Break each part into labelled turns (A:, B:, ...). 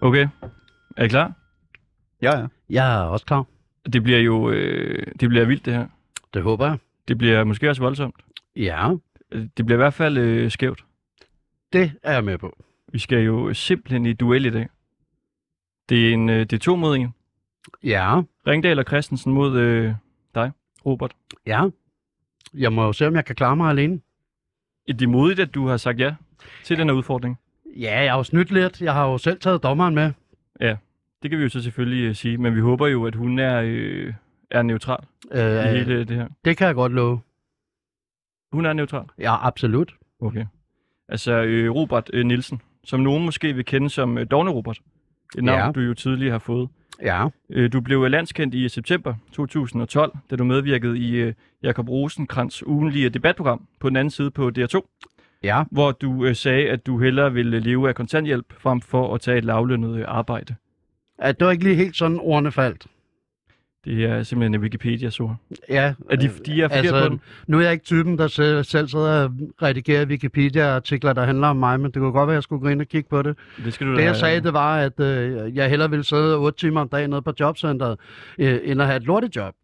A: Okay. Er I klar?
B: Ja, ja.
C: Jeg er også klar.
A: Det bliver jo øh, det bliver vildt, det her.
C: Det håber jeg.
A: Det bliver måske også voldsomt.
C: Ja,
A: Det bliver i hvert fald øh, skævt.
C: det er jeg med på.
A: Vi skal jo simpelthen i duel i dag. Det er, en, øh, det er to mod en.
C: Ja,
A: Ringdal og Christensen mod øh, dig, Robert.
C: ja. Jeg må jo se, om jeg kan klare mig alene.
A: Er det modigt, at du har sagt ja til den her udfordring?
C: Ja, jeg har jo snydt lidt. Jeg har jo selv taget dommeren med.
A: Det kan vi jo så selvfølgelig øh, sige, men vi håber jo, at hun er, øh, er neutral øh. i
C: Øh,
A: hele det her.
C: det kan jeg godt love.
A: Hun er neutral?
C: Ja, absolut.
A: Okay. Altså øh, Robert øh, Nielsen, som nogen måske vil kende som øh, Dogne Robert. Et navn,
C: Ja.
A: du jo tidligere har fået.
C: Ja,
A: Øh, Du blev landskendt i september 2012, da du medvirkede i øh, Jakob Rosenkrantz ugenlige debatprogram på den anden side på DR2,
C: ja,
A: hvor du øh, sagde, at du hellere ville leve af kontanthjælp frem for at tage et lavlønnet øh, arbejde.
C: Ja, det var ikke lige helt sådan, ordene faldt.
A: Det er simpelthen en Wikipedia-sort.
C: Ja,
A: Er de,
C: øh,
A: de er forkert altså, på den?
C: nu er jeg ikke typen, der selv, selv sidder og redigerer Wikipedia-artikler, der handler om mig, men det kunne godt være, at jeg skulle gå ind og kigge på det.
A: Det skal du
C: Det
A: da-
C: jeg sagde, det var, at øh, jeg hellere ville sidde 8 timer om dagen nede på jobcenteret, øh, end at have et lortejob.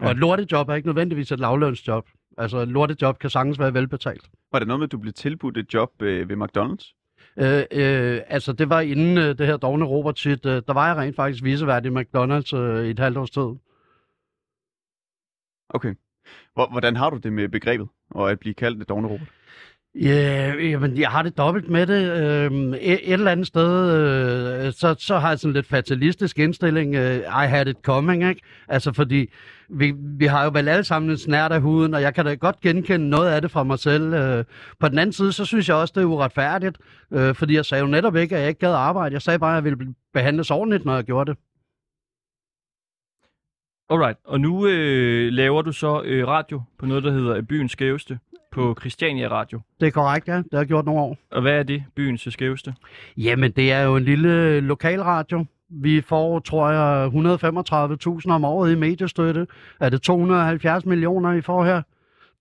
A: Ja.
C: Og et lortejob er ikke nødvendigvis et lavlønsjob. Altså, et lortejob kan sagtens være velbetalt.
B: Var det noget med, at du blev tilbudt et job øh, ved McDonald's?
C: Øh, øh, altså, det var inden øh, det her dogne Robert shit, øh, der var jeg rent faktisk visevært i McDonald's øh, i et halvt års tid.
B: Okay. Hvor, hvordan har du det med begrebet, og at blive kaldt et dogne Robert?
C: Ja, jamen, jeg har det dobbelt med det. Øhm, et, et eller andet sted, øh, så, så har jeg sådan lidt fatalistisk indstilling. Øh, I had it coming, ikke? Altså, fordi vi, vi har jo vel alle sammen en snært af huden, og jeg kan da godt genkende noget af det fra mig selv. Øh, på den anden side, så synes jeg også, det er uretfærdigt, øh, fordi jeg sagde jo netop ikke, at jeg ikke gad arbejde. Jeg sagde bare, at jeg ville blive- behandles ordentligt, når jeg gjorde det.
A: Alright, og nu øh, laver du så øh, radio på noget, der hedder øh, Byens Skæveste på Christiania Radio.
C: Det er korrekt, ja. Det har jeg gjort nogle år.
A: Og hvad er det, Byens Skæveste?
C: Jamen, det er jo en lille øh, lokalradio. Vi får, tror jeg, 135.000 om året i mediestøtte. Er det 270 millioner, I får her?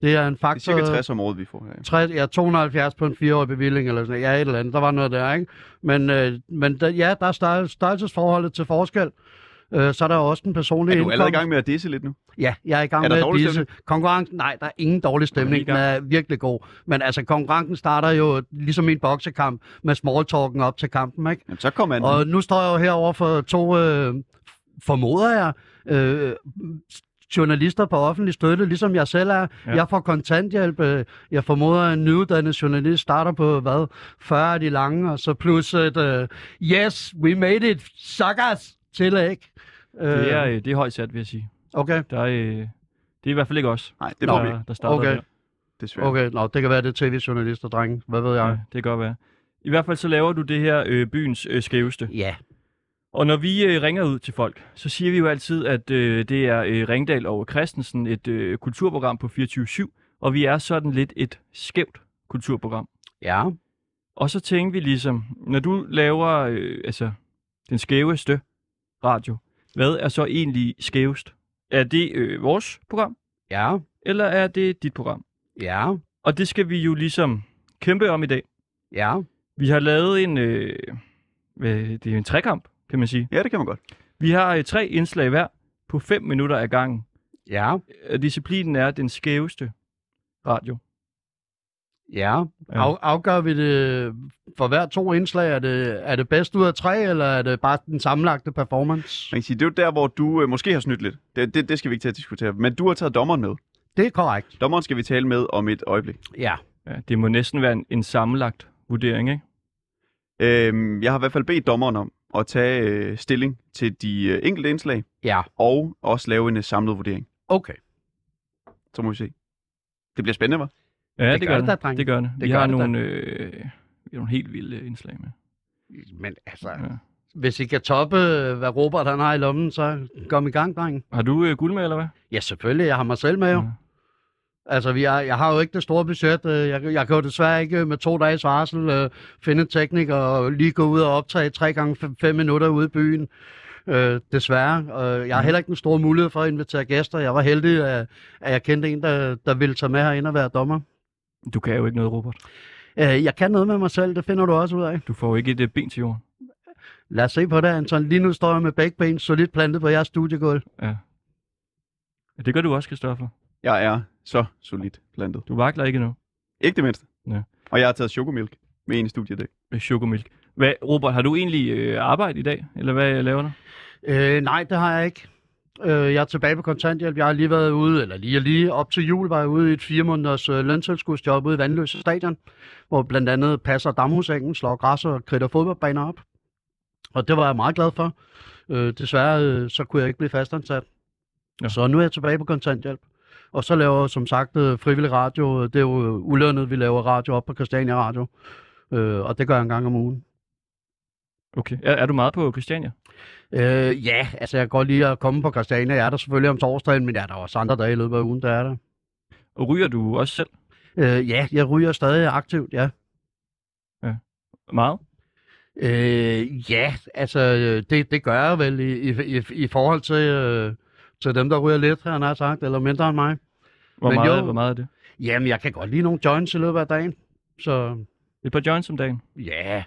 C: Det er en
B: Det er
C: faktor...
B: cirka 60 om året, vi får her.
C: 60, ja, 270 på en fireårig bevilling, eller sådan noget. Ja, et eller andet. Der var noget der, ikke? Men, øh, men der, ja, der er størrel- størrelsesforholdet til forskel. Øh, så er der jo også den personlige
B: Er du allerede i
C: indkomst.
B: gang med at disse lidt nu?
C: Ja, jeg er i gang
B: Er der
C: med at
B: dårlig
C: disse. Konkurrencen, nej, der er ingen dårlig stemning.
A: lige i
C: Den er virkelig god. Men altså, konkurrencen starter jo ligesom i en boksekamp med smalltalken op til kampen, ikke?
B: Jamen, så kom an.
C: Og nu står jeg jo herovre for to, øh, formoder jeg, øh, journalister på offentlig støtte, ligesom jeg selv er.
A: Ja.
C: Ja. Jeg får kontanthjælp. øh, Jeg formoder, at en nyuddannet journalist starter på, hvad, 40 af de lange, og så plus et, øh, yes, we made it, suckers, tillæg. Øh,
A: Det er, øh, det er højt sat, vil jeg sige.
C: Okay,
A: Der er, øh, det er i hvert fald ikke os,
B: Nej, det
C: Nå.
B: får vi
A: der,
B: ikke,
A: der starter
C: Okay.
A: der.
B: desværre.
C: okay. Nå, det kan være, det er tv-journalister, drenge. Hvad ved
A: Ja,
C: jeg?
A: det kan godt være. I hvert fald så laver du det her øh, byens øh, skæveste.
C: Ja.
A: Og når vi øh, ringer ud til folk, så siger vi jo altid, at øh, det er øh, Ringdal og Christensen, et øh, kulturprogram på 24-7, og vi er sådan lidt et skævt kulturprogram.
C: Ja.
A: Og så tænker vi ligesom, når du laver øh, altså, den skæveste radio, hvad er så egentlig skævest? Er det øh, vores program,
C: Ja.
A: eller er det dit program?
C: Ja.
A: Og det skal vi jo ligesom kæmpe om i dag.
C: Ja.
A: Vi har lavet en, øh, øh, det er en trekamp, kan man sige.
B: Ja, det kan man godt.
A: Vi har øh, tre indslag hver på 5 minutter ad gangen.
C: Ja.
A: Øh, Disciplinen er den skæveste radio.
C: Ja.
A: Ja.
C: Af, afgør vi det for hver to indslag? Er det, er det bedst ud af tre, eller er det bare den sammenlagte performance?
B: Man kan sige, det er jo der, hvor du øh, måske har snydt lidt. Det, det, det skal vi ikke til at diskutere. Men du har taget dommeren med.
C: Det er korrekt.
B: Dommeren skal vi tale med om et øjeblik.
C: Ja.
A: Ja, det må næsten være en, en sammenlagt vurdering, ikke?
B: Øhm, jeg har i hvert fald bedt dommeren om at tage øh, stilling til de øh, enkelte indslag,
C: Ja.
B: og også lave en øh, samlet vurdering.
C: Okay.
B: Så må vi se. Det bliver spændende, hva'?
A: Ja, det,
C: gør det da,
A: det,
C: drenge.
A: det gør det.
C: Det
A: Vi
C: gør
A: har
C: det da.
A: nogle, øh, vi har nogle helt vilde indslag med.
C: Men altså,
A: Ja.
C: hvis I kan toppe, hvad Robert han har i lommen, så kom i gang, drenge.
A: Har du øh, guld med, eller hvad?
C: Ja, selvfølgelig. Jeg har mig selv med jo.
A: Ja.
C: Altså, vi er, jeg har jo ikke det store budget. Øh, Jeg, jeg kan jo desværre ikke øh, med to dages varsel øh, finde en tekniker og lige gå ud og optage tre gange fem, fem minutter ude i byen. Øh, desværre. Øh, jeg har heller ikke den store mulighed for at invitere gæster. Jeg var heldig, at, at jeg kendte en, der, der ville tage med herind og være dommer.
A: Du kan jo ikke noget, Robert.
C: Øh, jeg kan noget med mig selv, det finder du også ud af.
A: Du får jo ikke et øh, ben til jorden.
C: Lad os se på det, Anton. Lige nu står jeg med begge ben solidt plantet på jeres studiegulv.
A: Ja. ja. Det gør du også, Kristoffer.
B: Jeg er så solidt plantet.
A: Du vakler ikke nu.
B: Ikke det mindste.
A: Ja.
B: Og jeg har taget chokomilk med en studiedag.
A: Chokomilk. Hvad, Robert, har du egentlig øh, arbejde i dag? Eller hvad laver du?
C: Øh, nej, det har jeg ikke. Øh, jeg er tilbage på kontanthjælp. Jeg har lige været ude, eller lige og lige op til jul, var jeg ude i et fire måneders øh, løntilskudsjob ude i Vandløse Stadion, hvor blandt andet passer damhusengen, slår græs og kridter fodboldbaner op. Og det var jeg meget glad for. Øh, desværre øh, så kunne jeg ikke blive fastansat.
A: Ja.
C: Ja. Så nu er jeg tilbage på kontanthjælp. Og så laver jeg som sagt øh, frivillig radio. Det er jo øh, ulønnet, vi laver radio op på Christiania Radio. Øh, og det gør jeg en gang om ugen.
A: Okay. Er, er du meget på Christiania?
C: Øh, ja, altså jeg kan godt lide at komme på Christiania. Jeg er der selvfølgelig om torsdagen, men jeg er der også andre dage i løbet af ugen, der er der.
A: Og ryger du også selv
C: Øh, ja, jeg ryger stadig aktivt, ja.
A: meget?
C: Øh, ja, altså øh, det, det gør jeg vel i, i, i, i forhold til, øh, til dem, der ryger lidt, han har jeg sagt, eller mindre end mig.
A: Hvor,
C: Men
A: meget,
C: jo.
A: hvor meget er det?
C: Jamen, jeg kan godt lide nogle joints i løbet af dagen, så
A: Et par joints om dagen.
C: ja.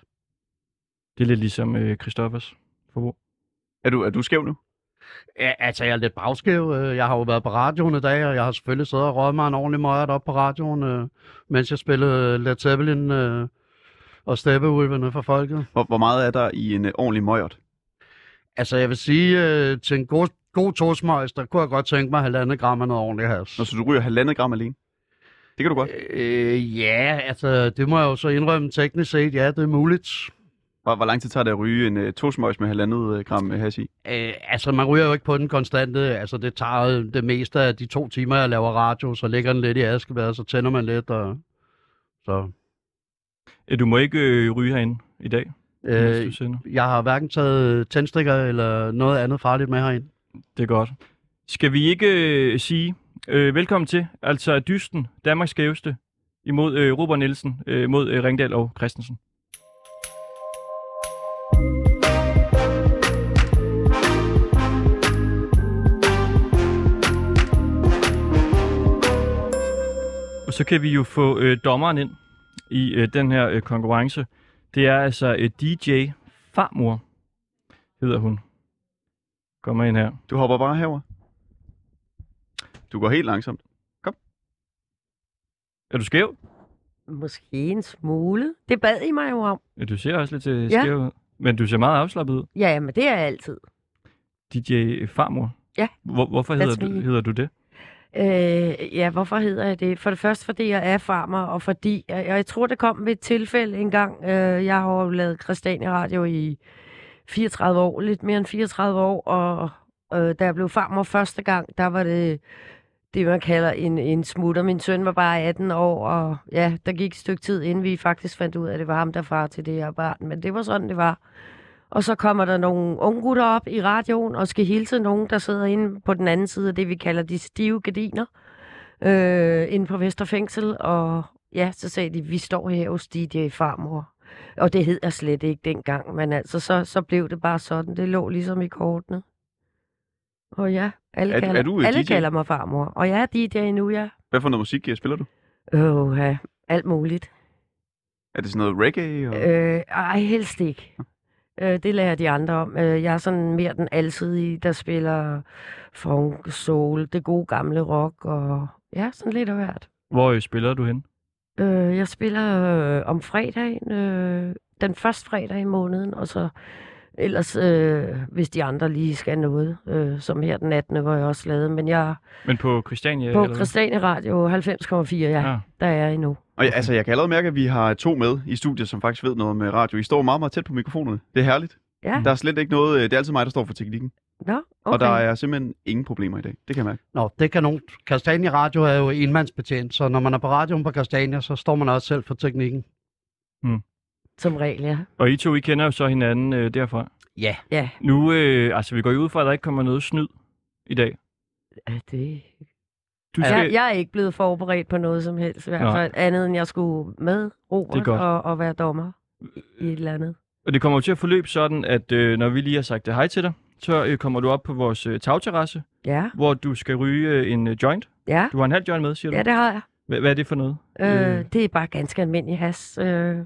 A: Det er lidt ligesom øh, Christoffers forbrug.
B: Er du, er du skæv nu?
C: Ja, Altså, jeg er lidt bagskæv. Øh, Jeg har jo været på radioen i dag, og jeg har selvfølgelig siddet og røget mig en ordentlig møjert op på radioen, øh, mens jeg spillede øh, Led Zeppelin øh, og Steppeulvene for folket.
B: Hvor, hvor meget er der i en øh, ordentlig møjert?
C: Altså, jeg vil sige, øh, til en god, god torsmøjs, der kunne jeg godt tænke mig halvandet gram af noget ordentligt has.
B: Når så du ryger halvandet gram alene? Det kan du godt.
C: Øh, ja, altså, det må jeg jo så indrømme teknisk set. Ja, det er muligt.
B: Hvor, hvor lang tid tager det at ryge en uh, tosmøjs med halvandet øh, gram øh, hash i?
C: Øh, altså, man ryger jo ikke på den konstante. Altså, det tager øh, det meste af de to timer, jeg laver radio, så ligger den lidt i askebæret, så tænder man lidt, og så...
A: Øh, Du må ikke øh, ryge herinde i dag, mens du
C: Øh,
A: sender.
C: jeg har hverken taget tændstikker eller noget andet farligt med herind.
A: Det er godt. Skal vi ikke øh, sige øh, velkommen til, altså Dysten, Danmarks skæveste, imod øh, Robert Nielsen, øh, mod øh, Ringdal og Christensen. Og så kan vi jo få øh, dommeren ind i øh, den her øh, konkurrence. Det er altså øh, DJ Farmor, hedder hun. Kommer ind her.
B: Du hopper bare herover. Du går helt langsomt.
A: Er du skæv?
D: Måske en smule. Det bad I mig jo om.
A: Ja, Du ser også lidt øh,
D: Ja.
A: skæv ud. Men du ser meget afslappet ud.
D: Ja, jamen, det er jeg altid.
A: DJ Farmor.
D: Ja.
A: Hvor, hvorfor hedder
D: That's
A: du,
D: me.
A: hedder du det?
D: Øh, ja, hvorfor hedder jeg det? For det første, fordi jeg er farmer, og fordi... Og jeg tror, det kom ved et tilfælde engang. Øh, jeg har jo lavet Christiania Radio i 34 år, lidt mere end 34 år, og øh, da jeg blev farmer første gang, der var det det, man kalder en, en smutter. Min søn var bare 18 år, og ja, der gik et stykke tid, inden vi faktisk fandt ud af, at det var ham, der far til det her barn. Men det var sådan, det var. Og så kommer der nogle unge gutter op i radioen og skal hilse nogen, der sidder inde på den anden side af det, vi kalder de stive gardiner, øh, inde på Vesterfængsel. Og ja, så sagde de, vi står her hos DJ Farmor. Og det hed jeg slet ikke dengang, men altså, så, så blev det bare sådan. Det lå ligesom i kortene. Og ja, alle,
B: Er du-
D: kalder,
B: er du, øh,
D: alle
B: DJ?
D: kalder mig farmor. Og jeg er DJ nu, ja.
B: Hvad for noget musik øh, spiller du?
D: Åh, ja. Alt muligt.
B: Er det sådan noget reggae? Og...
D: Øh, ej, helst ikke. Øh, det lærer de andre om. Øh, jeg er sådan mere den alsidige, der spiller funk, soul, det gode gamle rock, og ja, sådan lidt af hvert.
A: Hvor øh, spiller du hen?
D: Øh, jeg spiller øh, om fredagen, øh, den første fredag i måneden, og så ellers, øh, hvis de andre lige skal noget, øh, som her den 18., hvor jeg også lavede, men jeg er
A: Men på Christiania?
D: på
A: eller hvad?
D: Christiane Radio 90,4, ja,
A: Ah,
D: der er jeg endnu.
B: Og ja, altså, jeg kan allerede mærke, at vi har to med i studiet, som faktisk ved noget om øh, radio. I står meget, meget tæt på mikrofonerne. Det er herligt.
D: Ja.
B: Der er slet ikke noget... øh, Det er altid mig, der står for teknikken.
D: Nå, okay.
B: Okay. Og der er simpelthen ingen problemer i dag. Det kan jeg mærke.
C: Nå, det kan nogen... Kastanje Radio er jo enmandsbetjent, så når man er på radioen på Kastania, så står man også selv for teknikken.
D: Som regel, ja.
A: Og I to, I kender jo så hinanden øh, derfra.
C: Ja.
D: Ja,
A: Nu, øh, altså vi går jo ud fra, at der ikke kommer noget snyd i dag.
D: ja, det
A: Du
D: Jeg, jeg er ikke blevet forberedt på noget som helst, i
A: Nå.
D: hvert fald andet end jeg skulle med
A: Det er
D: Robert
A: godt.
D: og, og være dommer i et eller andet.
A: Og det kommer jo til at forløbe sådan, at øh, når vi lige har sagt øh, hej til dig, så øh, kommer du op på vores øh, tagterrasse,
D: Ja,
A: hvor du skal ryge øh, en øh, joint.
D: ja,
A: Du har en halv joint med, siger du?
D: ja det har jeg.
A: Hva- Hvad er det for noget?
D: Øh, Det er bare ganske almindelig has. Øh,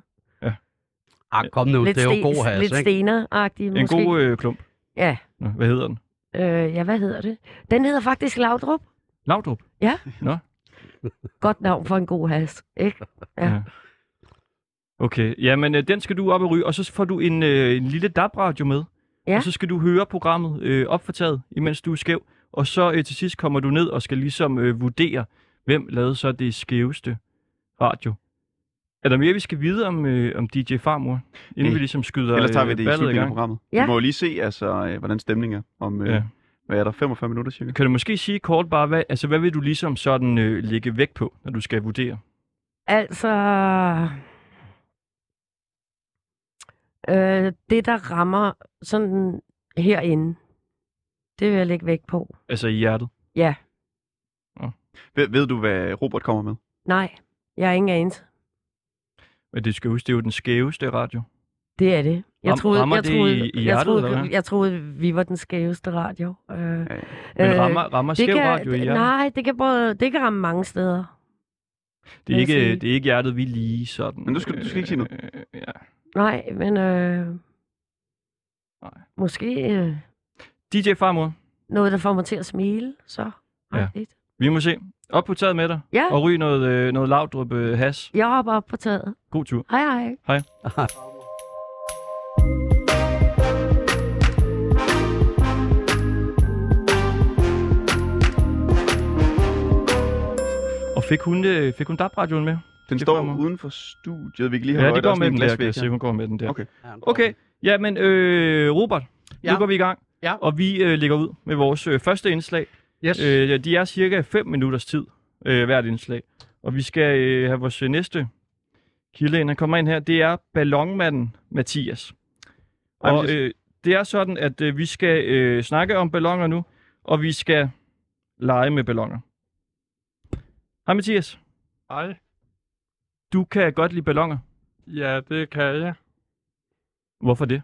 C: Ah, kom nu,
D: lidt
C: det er jo
D: sten-
C: god has,
D: lidt
C: ikke?
D: steneragtig
A: En
D: måske.
A: god øh, klump.
D: Ja.
A: Nå, hvad hedder den?
D: Øh, ja, hvad hedder det? Den hedder faktisk Laudrup.
A: Laudrup.
D: Godt navn for en god has, ikke?
A: Okay, jamen øh, den skal du op og ryge, og så får du en, øh, en lille DAB-radio med.
D: Ja.
A: Og så skal du høre programmet øh, opfortaget, imens du er skæv. Og så øh, til sidst kommer du ned og skal ligesom øh, vurdere, hvem lavede så det skæveste radio. Er der mere, vi skal vide om, øh, om DJ Farmor, inden
B: Nej.
A: vi ligesom skyder
B: Ellers tager vi
A: øh,
B: det i
A: ballet
B: slutningen af
A: gang?
B: programmet.
D: Ja.
B: Vi må jo lige se, altså, øh, hvordan stemningen er om, øh,
A: Ja.
B: ja. hvad er der, 45 minutter cirka?
A: Kan du måske sige kort bare, hvad, altså, hvad vil du ligesom sådan øh, lægge vægt på, når du skal vurdere?
D: Altså... Øh, det, der rammer sådan herinde, det vil jeg lægge vægt på.
A: Altså i hjertet?
B: Ved, ved du, hvad Robert kommer med?
D: Nej, jeg er ingen anelse.
A: Men det skal huske, det er jo den skæveste radio.
D: Det er det. Jeg
A: Ram-
D: troede,
A: rammer
D: jeg
A: det
D: troede,
A: i- i
D: jeg,
A: hjertet, eller
D: troede,
A: hvad?
D: jeg troede, vi var den skæveste radio. Øh, Men
A: Men rammer, rammer skæv radio i hjertet?
D: Nej, det kan, både, det kan ramme mange steder.
A: Det er,
D: vil jeg
A: ikke,
D: sige.
A: det er ikke hjertet, vi er lige sådan.
B: Men du skal- du skal ikke sige noget.
A: Øh, ja.
D: Nej, men øh,
A: Nej.
D: måske øh,
A: DJ Farmor,
D: noget, der får mig til at smile, så.
A: Ja.
D: Rigtigt.
A: vi må se. Op på taget med dig.
D: Ja.
A: Og ryg noget, øh, noget lavdrup øh, has.
D: Jeg hopper op på taget.
A: God tur.
D: Hej hej.
A: Og fik hun, øh, fik hun DAB-radioen med?
B: Den
A: Det
B: står
A: kommer.
B: uden for studiet. Vi kan lige have
A: Ja,
B: øje,
A: de
B: der er
A: går
B: sådan
A: med
B: en
A: den der.
B: glasvæg
A: Kan jeg se,
B: her.
A: hun går med den der.
B: Okay.
A: Okay, ja, men øh, Robert, ja.
C: Ja.
A: nu går vi i gang.
C: Ja.
A: Og vi øh, lægger ud med vores øh, første indslag.
C: Yes.
A: Øh, ja, de er cirka 5 minutters tid, øh, hvert indslag. Og vi skal øh, have vores øh, næste kilde ind. Han kommer ind her. Det er ballonmanden Mathias.
B: Ej,
A: Og
B: præcis.
A: øh, det er sådan, at øh, vi skal øh, snakke om ballonger nu, og vi skal lege med ballonger. Hej Mathias,
E: Hej.
A: du kan godt lide ballonger.
E: Ja, det kan jeg.
A: Hvorfor det?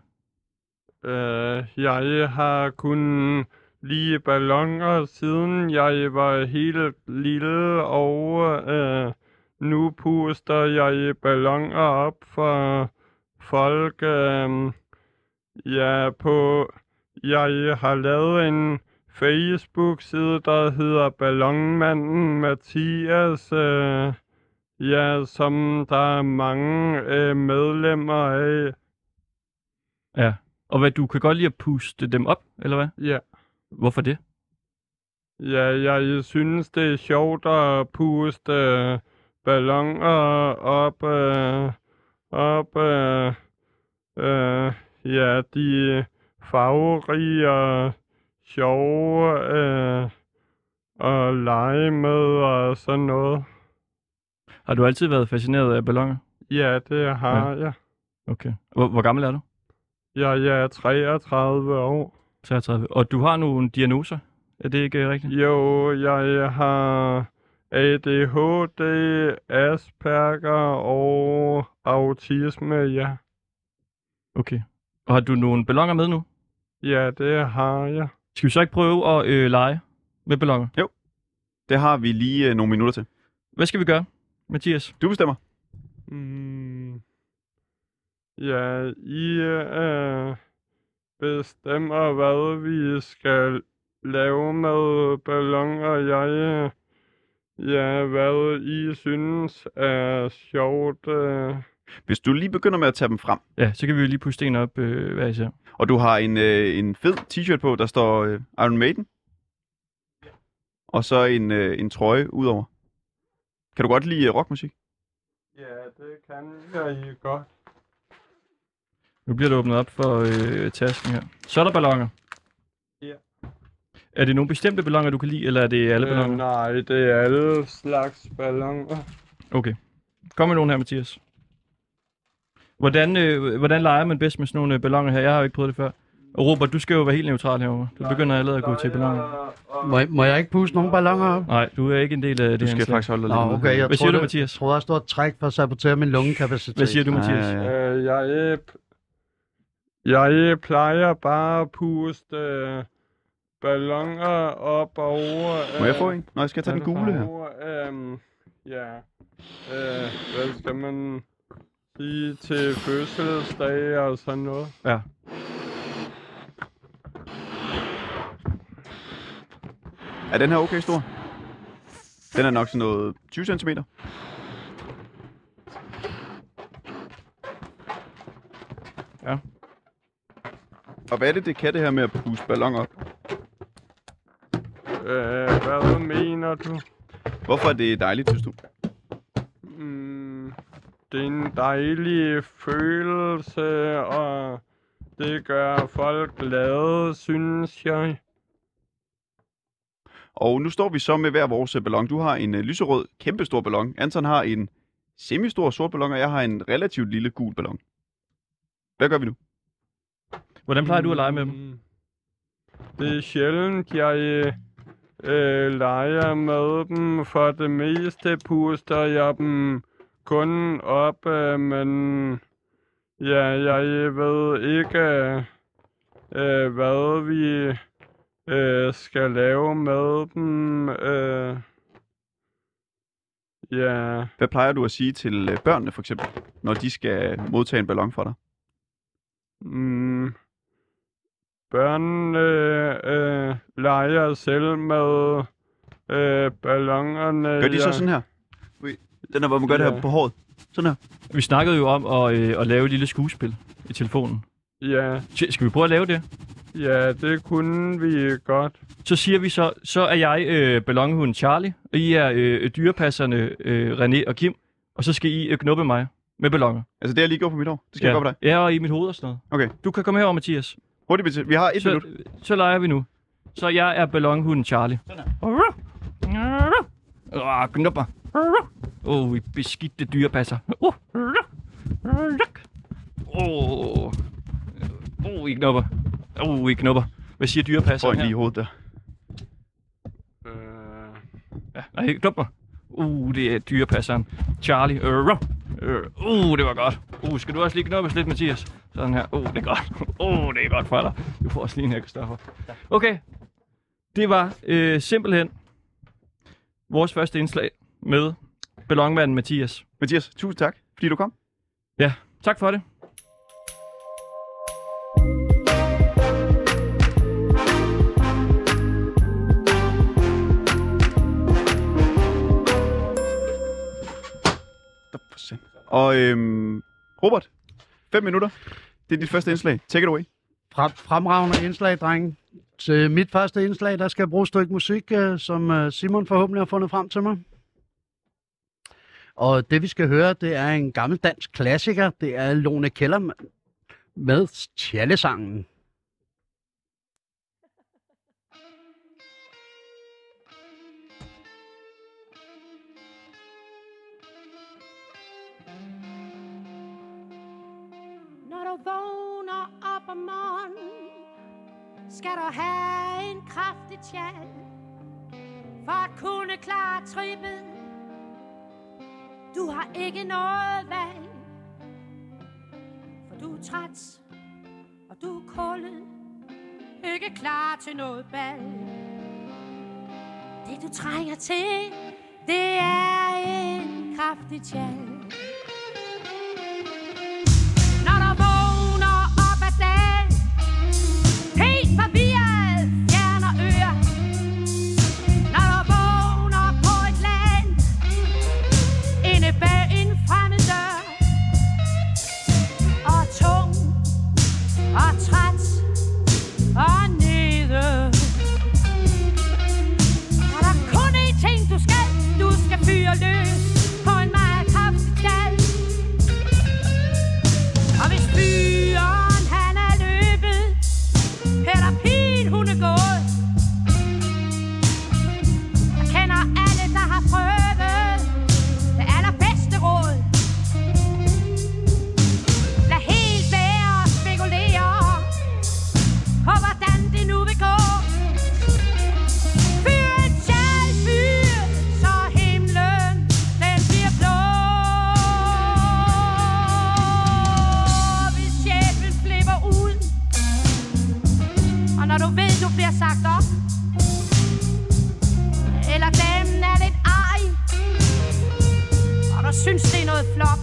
E: Øh, jeg har kun lige ballonger, siden jeg var helt lille, og øh, nu puster jeg ballonger op for folk. Øh, ja, på... Jeg har lavet en Facebook-side, der hedder Ballonmanden Mathias. Øh, ja, som der er mange øh, medlemmer af.
A: Og hvad, du kan godt lide at puste dem op, eller hvad?
E: Ja.
A: Hvorfor det?
E: Ja, jeg synes, det er sjovt at puste øh, balloner op, øh, op, øh, øh, ja, de er farverige og sjove øh, at lege med og sådan noget.
A: Har du altid været fascineret af ballonger?
E: Ja, det har jeg.
A: Okay. Hvor, hvor gammel er du?
E: Ja, jeg er 33 år.
A: 33. Og du har nogle diagnoser? Er det ikke øh, rigtigt?
E: Jo, jeg har ADHD, Asperger og autisme, ja.
A: Okay. Og har du nogle ballonger med nu?
E: Ja, det har jeg.
A: Skal vi så ikke prøve at øh, lege med ballonger?
B: Det har vi lige øh, nogle minutter til.
A: Hvad skal vi gøre, Mathias?
B: Du bestemmer.
E: Mm. Ja, I øh, bestemmer, hvad vi skal lave med balloner. Jeg, øh, ja, hvad I synes er sjovt. Øh.
B: Hvis du lige begynder med at tage dem frem,
A: Ja, så kan vi jo lige puste en op øh, hver især.
B: og du har en, øh, en fed t-shirt på, der står øh, Iron Maiden, og så en, øh, en trøje udover. Kan du godt lide øh, rockmusik?
E: Ja, det kan jeg I godt.
A: Nu bliver det åbnet op for øh, tasken her. Så er der ballonger.
E: Ja.
A: Er det nogle bestemte ballonger, du kan lide, eller er det alle
E: Øh,
A: ballonger?
E: nej, det er alle slags balloner.
A: Okay. Kom med nogen her, Mathias. Hvordan, øh, hvordan leger man bedst med sådan nogle øh, ballonger her? Jeg har jo ikke prøvet det før. Og Robert, du skal jo være helt neutral herover. Du begynder allerede at gå til ballonger.
C: Må, jeg- må jeg ikke puste nogle ballonger op?
A: Nej, du er ikke en del af det
B: Du skal
A: indslag.
B: faktisk holde dig
C: Nå,
B: lidt ude.
C: okay, jeg
A: Hvad siger
C: tror,
A: du,
C: det-
A: Mathias?
C: Jeg tror, der er stort træk for at sabotere min lungekapacitet.
A: Hvad siger du, Mathias?
B: Ah, ja, ja.
E: Øh, jeg, jeg plejer bare at puste øh, ballonger op og over.
B: Må jeg få en? Nå, jeg skal tage den
E: mm,
B: gule her.
E: Øh, ja, øh, hvad skal man Lige til fødselsdag og sådan noget.
B: Ja. Er den her okay stor? Den er nok sådan noget 20 cm.
A: Ja.
B: Og hvad er det, det kan det her med at puste ballon op?
E: Øh, hvad mener du?
B: Hvorfor er det dejligt, synes du?
E: Mm, det er en dejlig følelse, og det gør folk glade, synes jeg.
B: Og nu står vi så med hver vores øh, ballon. Du har en øh, lyserød, kæmpestor ballon. Anton har en semistor sort ballon, og jeg har en relativt lille gul ballon. Hvad gør vi nu?
A: Hvordan plejer du at lege med dem?
E: Mm. Det er sjældent, jeg øh, leger med dem. For det meste puster jeg dem kun op, øh, men ja, jeg ved ikke, øh, hvad vi øh, skal lave med dem. Øh, ja,
B: Hvad plejer du at sige til øh, børnene, for eksempel, når de skal modtage en ballon fra dig?
E: mm, børnene øh, leger selv med øh, ballongerne.
B: Gør de så
E: Jeg-
B: sådan her? Den er, hvor man gør det her
E: Ja.
B: på håret. Sådan her.
A: Vi snakkede jo om at, øh, at lave et lille skuespil i telefonen.
E: Ja,
A: Sk- Skal vi prøve at lave det?
E: ja, det kunne vi godt.
A: Så siger vi så, så er jeg øh, ballonhunden Charlie, og I er øh, dyrepasserne øh, René og Kim, og så skal I øh, knuppe mig med ballonger.
B: Altså det, jeg lige gjorde på mit hår. Det skal ja. jeg gøre på dig.
A: Ja, og i mit hoved og sådan noget.
B: Okay.
A: Du kan komme herover, Mathias.
B: Hurtigt, Mathias. vi har et
A: så,
B: minut.
A: Så leger vi nu. Så jeg er ballonhunden Charlie. Sådan.
B: Ah,
A: Åh, knop mig. Åh, I beskidte dyrepasser. Åh, Åh, Åh, I knopper. Åh, I knopper. Hvad siger
B: Får en
A: dyrepasseren
B: lige i
A: her?
B: hovedet der.
E: Øh,
A: Ja, nej, knop mig. Uh, det er dyrepasseren. Charlie. Uh, det var godt. Uh, skal du også lige knoppes lidt, Mathias? Sådan her. Uh, det er godt. Uh, det er godt for dig. Du får også lige en her, Christoffer. Okay. Det var øh, simpelthen vores første indslag med ballonmanden Mathias.
B: Mathias, tusind tak, fordi du kom.
A: Ja, tak for det.
B: Der for satan. Og øhm, Robert, fem minutter. Det er dit første indslag. Take it away.
C: Frem, fremragende indslag, drenge. Til mit første indslag, der skal jeg bruge et stykke musik, øh, som øh, Simon forhåbentlig har fundet frem til mig. Og det vi skal høre, det er en gammel dansk klassiker. Det er Lone Keller med Tjallesangen.
F: Når du vågner op om morgenen, skal du have en kraftig tjal, for at kunne klare trippet. Du har ikke noget valg, for du er træt, og du er kuldet, ikke klar til noget bal. Det du trænger til, det er en kraftig tjal. Når du vågner op ad dagen, helt forvirret, fjerner øer. Når du vågner på et land, inde bag en fremmed dør. Og tung, og træt, og nede. Og der er kun én ting, du skal. Du skal fyre løs på en meget kraftig knald. Og hvis fyren han er løbet, eller pigen hun er gået, jeg kender alle, der har prøvet det allerbedste råd. Lad helt være og spekulere på, hvordan det nu vil gå. Fyr en sjæl, fyr, så himlen den bliver blå. Hvis chefen flipper ud, og når du ved, du bliver sagt op, eller damen er lidt ej, og du synes, det er noget flop,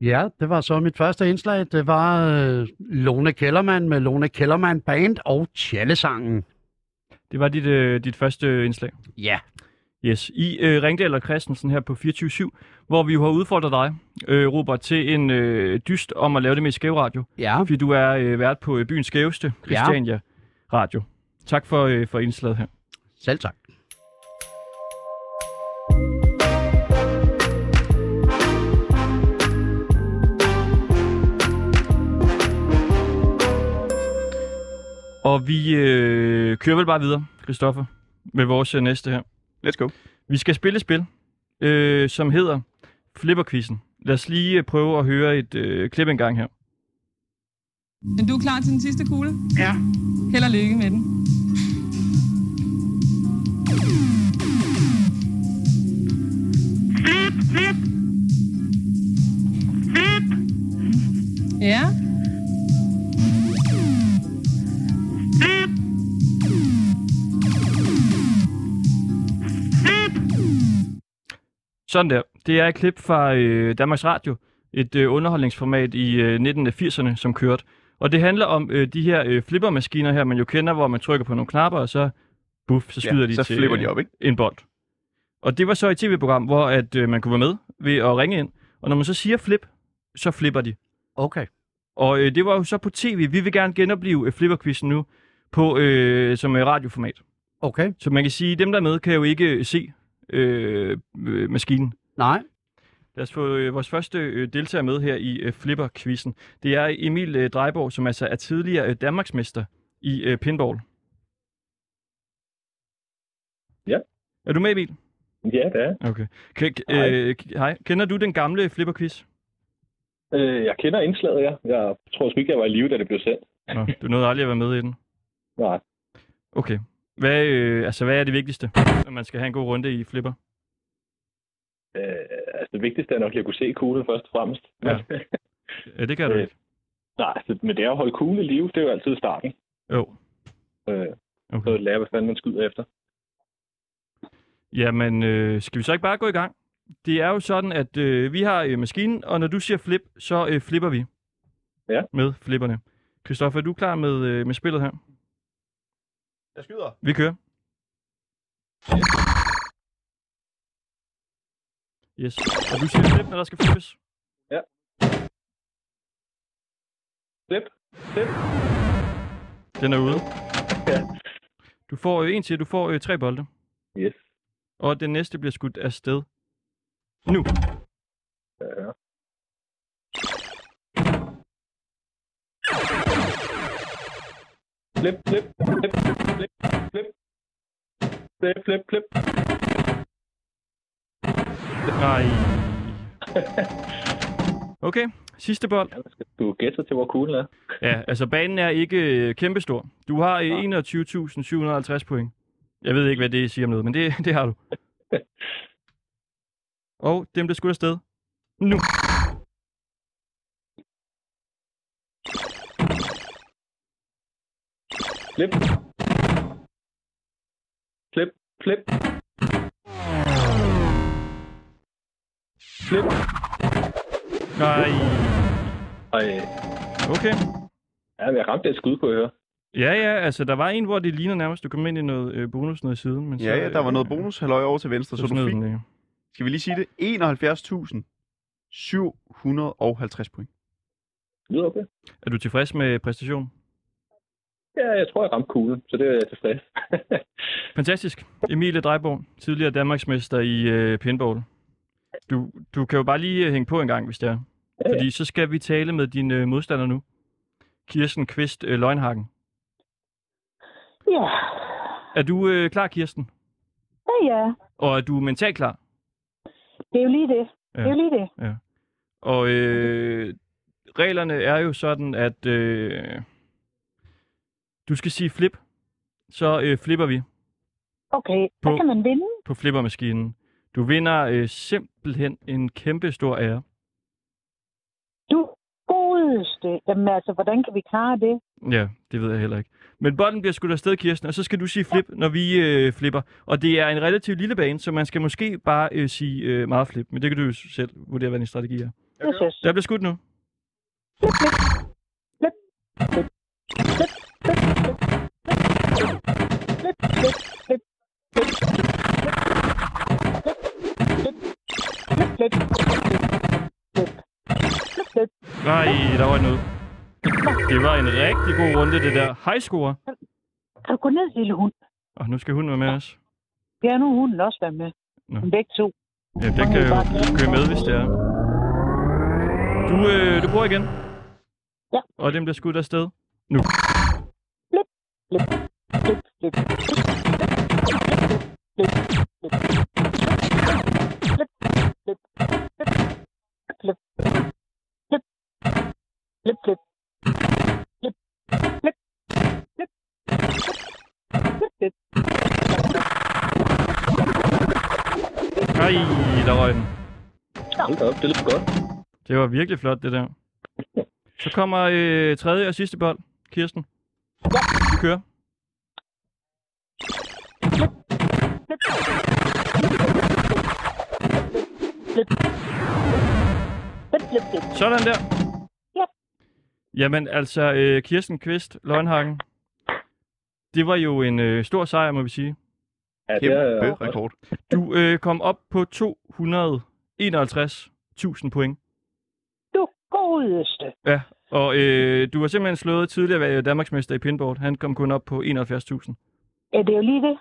C: Ja, det var så mit første indslag. Det var øh, Lone Kellermann med Lone Kellermann Band og Tjallesangen.
A: Det var dit, øh, dit første indslag.
C: Ja.
A: Yes. I øh, Ringdal og Christensen her på 24 hvor vi jo har udfordret dig, øh, Robert, til en øh, dyst om at lave det med skæv radio.
C: Ja.
A: Fordi du er øh, vært på øh, byens skæveste, Christiania Radio. Tak for, øh, for indslaget her.
C: Selv tak.
A: Og vi øh, kører vel bare videre, Christoffer, med vores øh, næste her.
B: Let's go.
A: Vi skal spille et spil, øh, som hedder Flipperquizzen. Lad os lige øh, prøve at høre et øh, klip engang her.
G: Men du er klar til den sidste kugle? Ja. Held og lykke med den. Ja.
A: Sådan der. Det er et klip fra øh, Danmarks Radio, et øh, underholdningsformat i øh, 1980'erne, som kørte. Og det handler om øh, de her øh, flippermaskiner her, man jo kender, hvor man trykker på nogle knapper, og så buff, så skyder de
B: så
A: til
B: flipper
A: øh,
B: de op, ikke?
A: en bold. Og det var så et tv-program, hvor at øh, man kunne være med ved at ringe ind. Og når man så siger flip, så flipper de.
C: Okay.
A: Og øh, det var jo så på tv. Vi vil gerne genopleve øh, flipperquizzen nu på, øh, som øh, radioformat.
C: Okay.
A: Så man kan sige, at dem der er med, kan jo ikke øh, se øh, øh, maskinen.
C: Nej.
A: Lad os få øh, vores første øh, deltager med her i øh, Flipper-quizzen. Det er Emil øh, Drejborg, som altså er tidligere øh, Danmarksmester i øh, pinball.
H: Ja.
A: Er du med, Emil?
H: Ja, det er.
A: Okay. Kan,
H: Hej.
A: øh, k- hej. Kender du den gamle Flipper-quiz?
H: Øh, jeg kender indslaget, ja. Jeg tror sgu ikke, jeg var i live, da det blev sendt.
A: Nå, du nåede aldrig at være med i den.
H: Nej.
A: Okay. Hvad, øh, altså, hvad er det vigtigste, når man skal have en god runde i Flipper?
H: Øh, altså, det vigtigste er nok, at jeg kunne se kuglen først og fremmest.
A: Ja.
H: Ja.
A: Ja, det kan du
H: Øh.
A: ikke.
H: Nej, altså, men det er at holde kuglen i live, det er jo altid starten.
A: Jo.
H: Øh, så
A: Okay.
H: lærer, hvad fanden man skyder efter.
A: Jamen, øh, skal vi så ikke bare gå i gang? Det er jo sådan, at øh, vi har øh, maskinen, og når du siger flip, så øh, flipper vi.
H: Ja.
A: Med flipperne. Christoffer, er du klar med, øh, med spillet her?
B: Jeg skyder.
A: Vi kører. Yes. Og du siger flip, når der skal flippes.
H: Flip, flip.
A: Den er ude.
H: Ja.
A: Du får øh, en til, du får øh, tre bolde.
H: Yes.
A: Og den næste bliver skudt afsted. Nu.
H: Ja. Flip, flip, flip, flip, flip. Flip, flip, flip.
A: Nej. Okay, sidste bold.
H: Du gætter til, hvor kuglen er.
A: Ja, altså banen er ikke øh, kæmpestor. Du har øh, 21.750 point. Jeg ved ikke, hvad det siger om noget, men det, det har du. Og dem blev skudt afsted. Nu.
H: Flip. Flip, flip. Flip.
A: Nej.
H: Ej,
A: Okay.
H: ja, men jeg ramte et skud, kunne jeg høre.
A: Ja, ja, altså der var en, hvor det ligner nærmest, du kom ind i noget øh, bonus noget i siden. Men så,
B: Ja, ja, der var
A: øh,
B: noget bonus halløj over til venstre, så,
A: Så, så
B: du
A: du
B: fik,
A: den, øh.
B: skal vi lige sige det, 71.750
H: Lyder okay?
A: Er du tilfreds med præstationen?
H: Ja, jeg tror, jeg ramte kuglen, så det er jeg tilfreds.
A: Fantastisk. Emilie Drejborg, tidligere Danmarksmester i øh, pinball. Du, du kan jo bare lige øh, hænge på en gang, hvis det
H: ja.
A: er. Fordi så skal vi tale med din øh, modstander nu. Kirsten Kvist øh, Løgnhagen.
I: Ja,
A: Er du øh, klar, Kirsten?
I: ja, ja.
A: Og er du mentalt klar?
I: Det er jo lige det.
A: Ja.
I: Det er jo lige det.
A: Og øh, reglerne er jo sådan, at øh, du skal sige flip. Så øh, flipper vi
I: Okay,
A: På-
I: så kan man vinde.
A: på flippermaskinen. Du vinder øh, simpelthen en kæmpe stor ære.
I: Du godeste. Jamen altså, hvordan kan vi klare det?
A: Ja, det ved jeg heller ikke. Men bolden bliver skudt afsted, Kirsten, og så skal du sige flip, når vi øh, flipper. Og det er en relativt lille bane, så man skal måske bare øh, sige øh, meget flip. Men det kan du jo selv vurdere, hvad din strategi er.
I: Vi ses.
A: Der bliver skudt nu. Nej, der var en ud. Det var en rigtig god runde, det der. Hej, score.
I: Kan du gå ned, lille hund?
A: Og nu skal hunden være med os.
I: Ja, nu er hunden også været med.
A: Nå.
I: Men Begge to.
A: Ja, den kan jo køre med, hvis det er. Du, øh, du bruger igen.
I: Ja.
A: Og den bliver skudt afsted. Nu.
I: Flip, flip. Flip, flip. Flip. Flip, flip.
A: Nej, der røg den.
H: Hold da op, det lyder godt.
A: Det var virkelig flot, det der. Så kommer øh, tredje og sidste bold. Kirsten. Vi kører.
I: Flip, flip, flip.
A: Sådan der.
I: Ja.
A: Jamen altså, øh, Kirsten Kvist, Løgnhagen. Det var jo en øh, stor sejr, må vi sige.
H: Ja, det er
B: Kæmpe
H: øh,
B: rekord.
A: Du øh, kom op på 251.000 point.
I: Du godeste.
A: Ja, og øh, du har simpelthen slået tidligere øh, Danmarksmester i pinboard. Han kom kun op på 71.000.
I: Ja, det er jo lige det.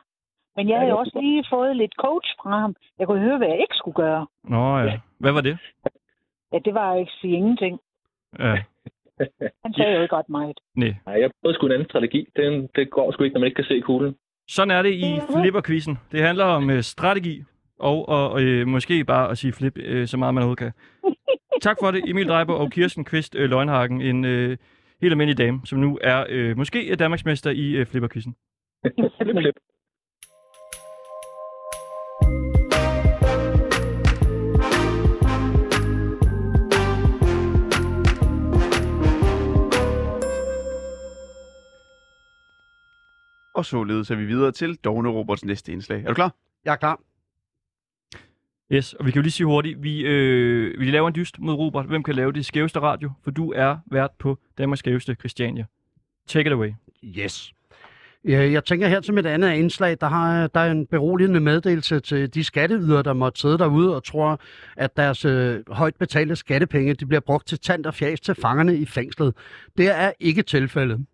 I: Men jeg havde
H: Ja, det-
I: jo også lige fået lidt coach fra ham. Jeg kunne høre, hvad jeg ikke skulle gøre.
A: Nå ja. Hvad var det?
I: Ja, det var at ikke sige ingenting.
A: Ja.
I: Han sagde jo ikke ret meget.
A: Nej.
H: Nej, jeg prøvede sgu en anden strategi. Den, det går sgu ikke, når man ikke kan se kuglen.
A: Sådan er det i flipperquizzen. Det handler om øh, strategi og, og øh, måske bare at sige flip øh, så meget man overhovedet kan. Tak for det, Emil Dreiber og Kirsten Kvist øh, Løgnhagen, en øh, helt almindelig dame, som nu er øh, måske øh, Danmarksmester i øh, flipperquizzen.
H: Flip, flip.
B: Og således er vi videre til Dogne Roberts næste indslag. Er du klar?
C: Jeg er klar.
A: Yes, og vi kan jo lige sige hurtigt, vi, øh, vi laver en dyst mod Robert. Hvem kan lave det skæveste radio? For du er vært på Danmarks skæveste Christiania. Take it away.
C: Yes. Øh, Jeg tænker her til mit andet indslag, der, har, jeg- der er en beroligende meddelelse til de skatteydere, der måtte sidde derude og tror, at deres øh, højt betalte skattepenge de bliver brugt til tand og fjas til fangerne i fængslet. Det er ikke tilfældet.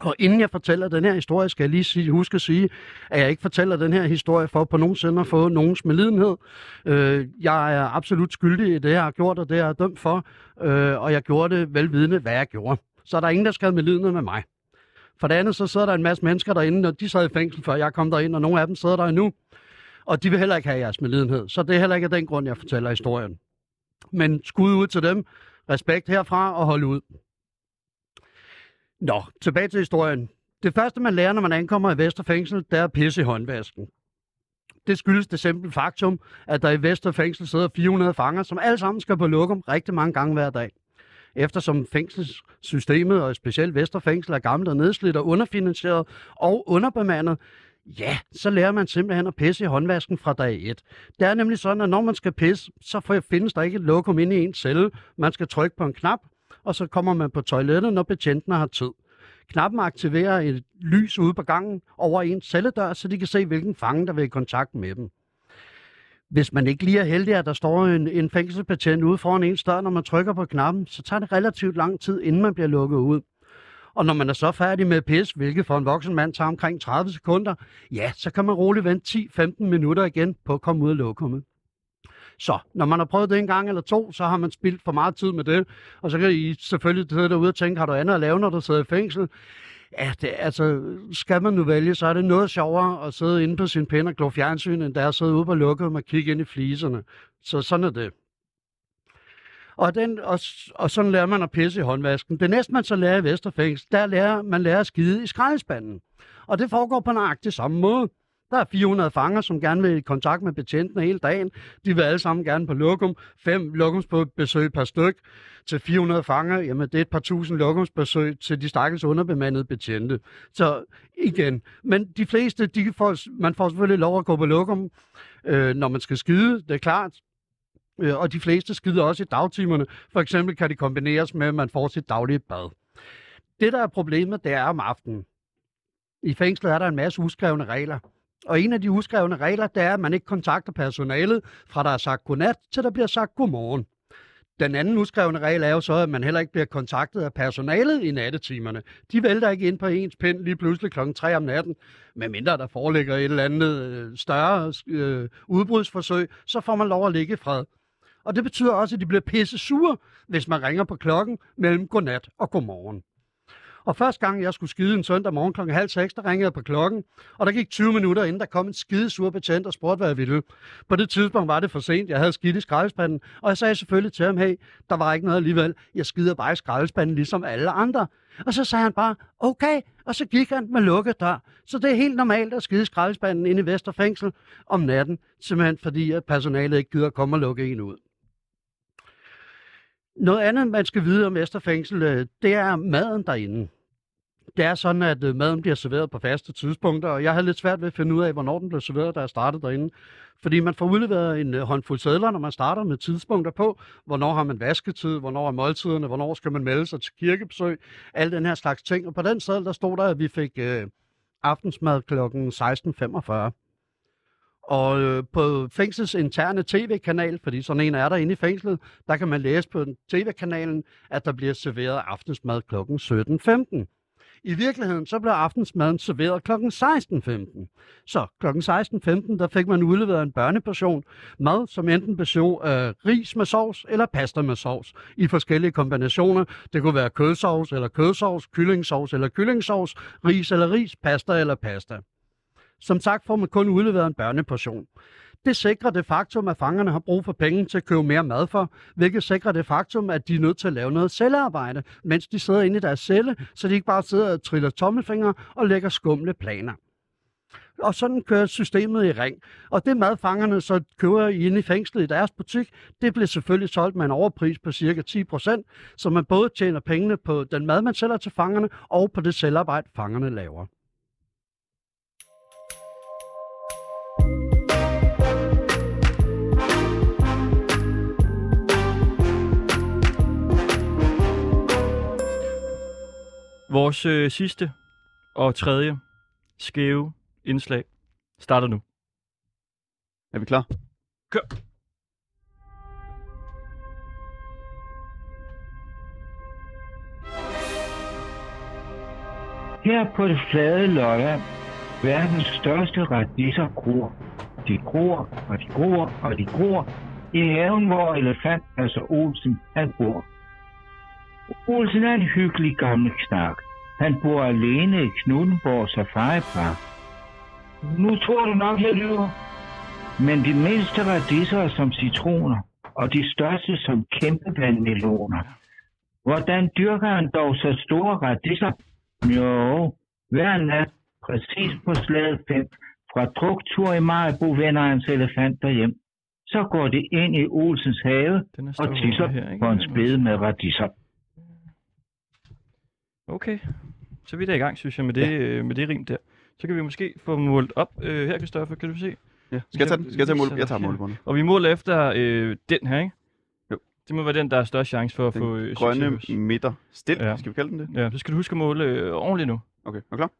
C: Og inden jeg fortæller den her historie, skal jeg lige sige, huske at sige, at jeg ikke fortæller den her historie for på nogen sinde at få nogens medlidenhed. Øh, jeg er absolut skyldig i det, jeg har gjort, og det jeg er dømt for, øh, og jeg gjorde det velvidende, hvad jeg gjorde. Så der er ingen, der skal have medlidenhed med mig. For det andet, så sidder der en masse mennesker derinde, og de sad i fængsel, før jeg kom derind, og nogle af dem sidder der endnu. Og de vil heller ikke have jeres medlidenhed. Så det er heller ikke af den grund, jeg fortæller historien. Men skud ud til dem. Respekt herfra og hold ud. Nå, tilbage til historien. Det første, man lærer, når man ankommer i Vesterfængsel, det er at pisse i håndvasken. Det skyldes det simple faktum, at der i Vesterfængsel sidder 400 fanger, som alle sammen skal på lokum rigtig mange gange hver dag eftersom fængselssystemet og specielt Vesterfængsel er gammelt og nedslidt og underfinansieret og underbemandet, ja, så lærer man simpelthen at pisse i håndvasken fra dag 1. Det er nemlig sådan, at når man skal pisse, så får- findes der ikke et lokum inde i ens celle. Man skal trykke på en knap, og så kommer man på toilettet, når betjenten har tid. Knappen aktiverer et lys ude på gangen over ens celledør, så de kan se, hvilken fange, der vil i kontakt med dem hvis man ikke lige er heldig, at der står en, en fængselsbetjent ude foran ens dør, når man trykker på knappen, så tager det relativt lang tid, inden man bliver lukket ud. Og når man er så færdig med pis, hvilket for en voksen mand tager omkring 30 sekunder, ja, så kan man roligt vente 10-15 minutter igen på at komme ud af lokummet. Så når man har prøvet det en gang eller to, så har man spildt for meget tid med det. Og så kan I selvfølgelig sidde derude og tænke, har du andet at lave, når du sidder i fængsel? Ja, det, altså, skal man nu vælge, så er det noget sjovere at sidde inde på sin pind og glo fjernsyn, end det er at sidde ude på lukket og kigge ind i fliserne. Så sådan er det. Og, den, og, s- og sådan lærer man at pisse i håndvasken. Det næste, man så lærer i Vesterfængs, der lærer man lærer at skide i skraldespanden. Og det foregår på nøjagtig samme måde. Der er 400 fanger, som gerne vil i kontakt med betjentene hele dagen. De vil alle sammen gerne på lokum. Fem lokumsbesøg per styk til 400 fanger. Jamen, det er et par tusind lokumsbesøg til de stakkels underbemandede betjente. Så igen, men de fleste, de får, man får selvfølgelig lov at gå på lokum, øh, når man skal skide, det er klart. Øh, og de fleste skider også i dagtimerne. For eksempel kan det kombineres med, at man får sit daglige bad. Det, der er problemet, det er om aftenen. I fængslet er der en masse uskrevne regler. Og en af de uskrevne regler, det er, at man ikke kontakter personalet, fra der er sagt godnat, til der bliver sagt godmorgen. Den anden uskrevne regel er jo så, at man heller ikke bliver kontaktet af personalet i nattetimerne. De vælter ikke ind på ens pind lige pludselig kl. 3 om natten, medmindre der foreligger et eller andet øh, større øh, udbrudsforsøg, så får man lov at ligge i fred. Og det betyder også, at de bliver pisse sure, hvis man ringer på klokken mellem godnat og godmorgen. Og første gang, jeg skulle skide en søndag morgen klokken halv seks, der ringede jeg på klokken, og der gik 20 minutter, inden der kom en skide sur betjent og spurgte, hvad jeg ville. På det tidspunkt var det for sent, jeg havde skidt i skraldespanden, og jeg sagde selvfølgelig til ham, hey, der var ikke noget alligevel, jeg skider bare i skraldespanden ligesom alle andre. Og så sagde han bare, okay, og så gik han med lukket dør. Så det er helt normalt at skide i skraldespanden inde i Vesterfængsel om natten, simpelthen fordi, at personalet ikke gider komme og lukke en ud. Noget andet, man skal vide om Vesterfængsel, øh, det er maden derinde. Det er sådan, at øh, maden bliver serveret på faste tidspunkter, og jeg havde lidt svært ved at finde ud af, hvornår den blev serveret, da jeg startede derinde. Fordi man får udleveret en øh, håndfuld sædler, når man starter med tidspunkter på, hvornår har man vasketid, hvornår er måltiderne, hvornår skal man melde sig til kirkebesøg, al den her slags ting. Og på den sædel, der stod der, at vi fik øh, aftensmad kl. 16.45. Og øh, på fængslets interne tv-kanal, fordi sådan en er der inde i fængslet, der kan man læse på den tv-kanalen, at der bliver serveret aftensmad kl. 17.15. I virkeligheden så blev aftensmaden serveret kl. 16.15. Så kl. 16.15 der fik man udleveret en børneportion mad, som enten bestod af ris med sovs eller pasta med sovs i forskellige kombinationer. Det kunne være kødsovs eller kødsovs, kyllingsovs eller kyllingsovs, ris eller ris, pasta eller pasta. Som sagt får man kun udleveret en børneportion. Det sikrer det faktum, at fangerne har brug for penge til at købe mere mad for, hvilket sikrer det faktum, at de er nødt til at lave noget selvarbejde, mens de sidder inde i deres celle, så de ikke bare sidder og triller tommelfingre og lægger skumle planer. Og sådan kører systemet i ring. Og det mad, fangerne så køber inde i fængslet i deres butik, det bliver selvfølgelig solgt med en overpris på cirka 10%, så man både tjener pengene på den mad, man sælger til fangerne, og på det selvarbejde, fangerne laver.
A: Vores øh, sidste og tredje skæve indslag starter nu.
B: Er vi klar?
A: Kør.
J: Her på det flade Lolland, verdens største radiser gror. De gror, og de gror, og de gror, i haven, hvor elefant, altså Olsen, han bor. Olsen er en hyggelig gammel knak. Han bor alene i Knuttenborg Safari Park. Nu tror du nok, jeg lyver. Men de mindste radiser er som citroner, og de største som kæmpe vandmeloner. Hvordan dyrker han dog så store radiser? Jo, hver nat, præcis på slaget 5, fra druktur i Majbo vender hans elefanter hjem. Så går det ind i Olsens have
A: Den er stor,
J: og tisser
A: den her, ikke?
J: på en spæde med radiser.
A: Okay, så er vi da i gang, synes jeg, med det, ja. med det rim der. Så kan vi måske få målt op øh, her, Kristoffer, kan du se?
B: Ja. Skal jeg tage den? Skal jeg tage mål? Jeg tager målebåndet.
A: Og vi måler efter øh, den her, ikke?
B: Jo.
A: Det må være den, der er størst chance for at få...
B: Den
A: øh,
B: grønne
A: succes.
B: midter. Stil,
A: Ja.
B: ja. skal vi kalde den det?
A: Ja, så skal du huske at måle øh, ordentligt nu,
B: Okay, er du klar?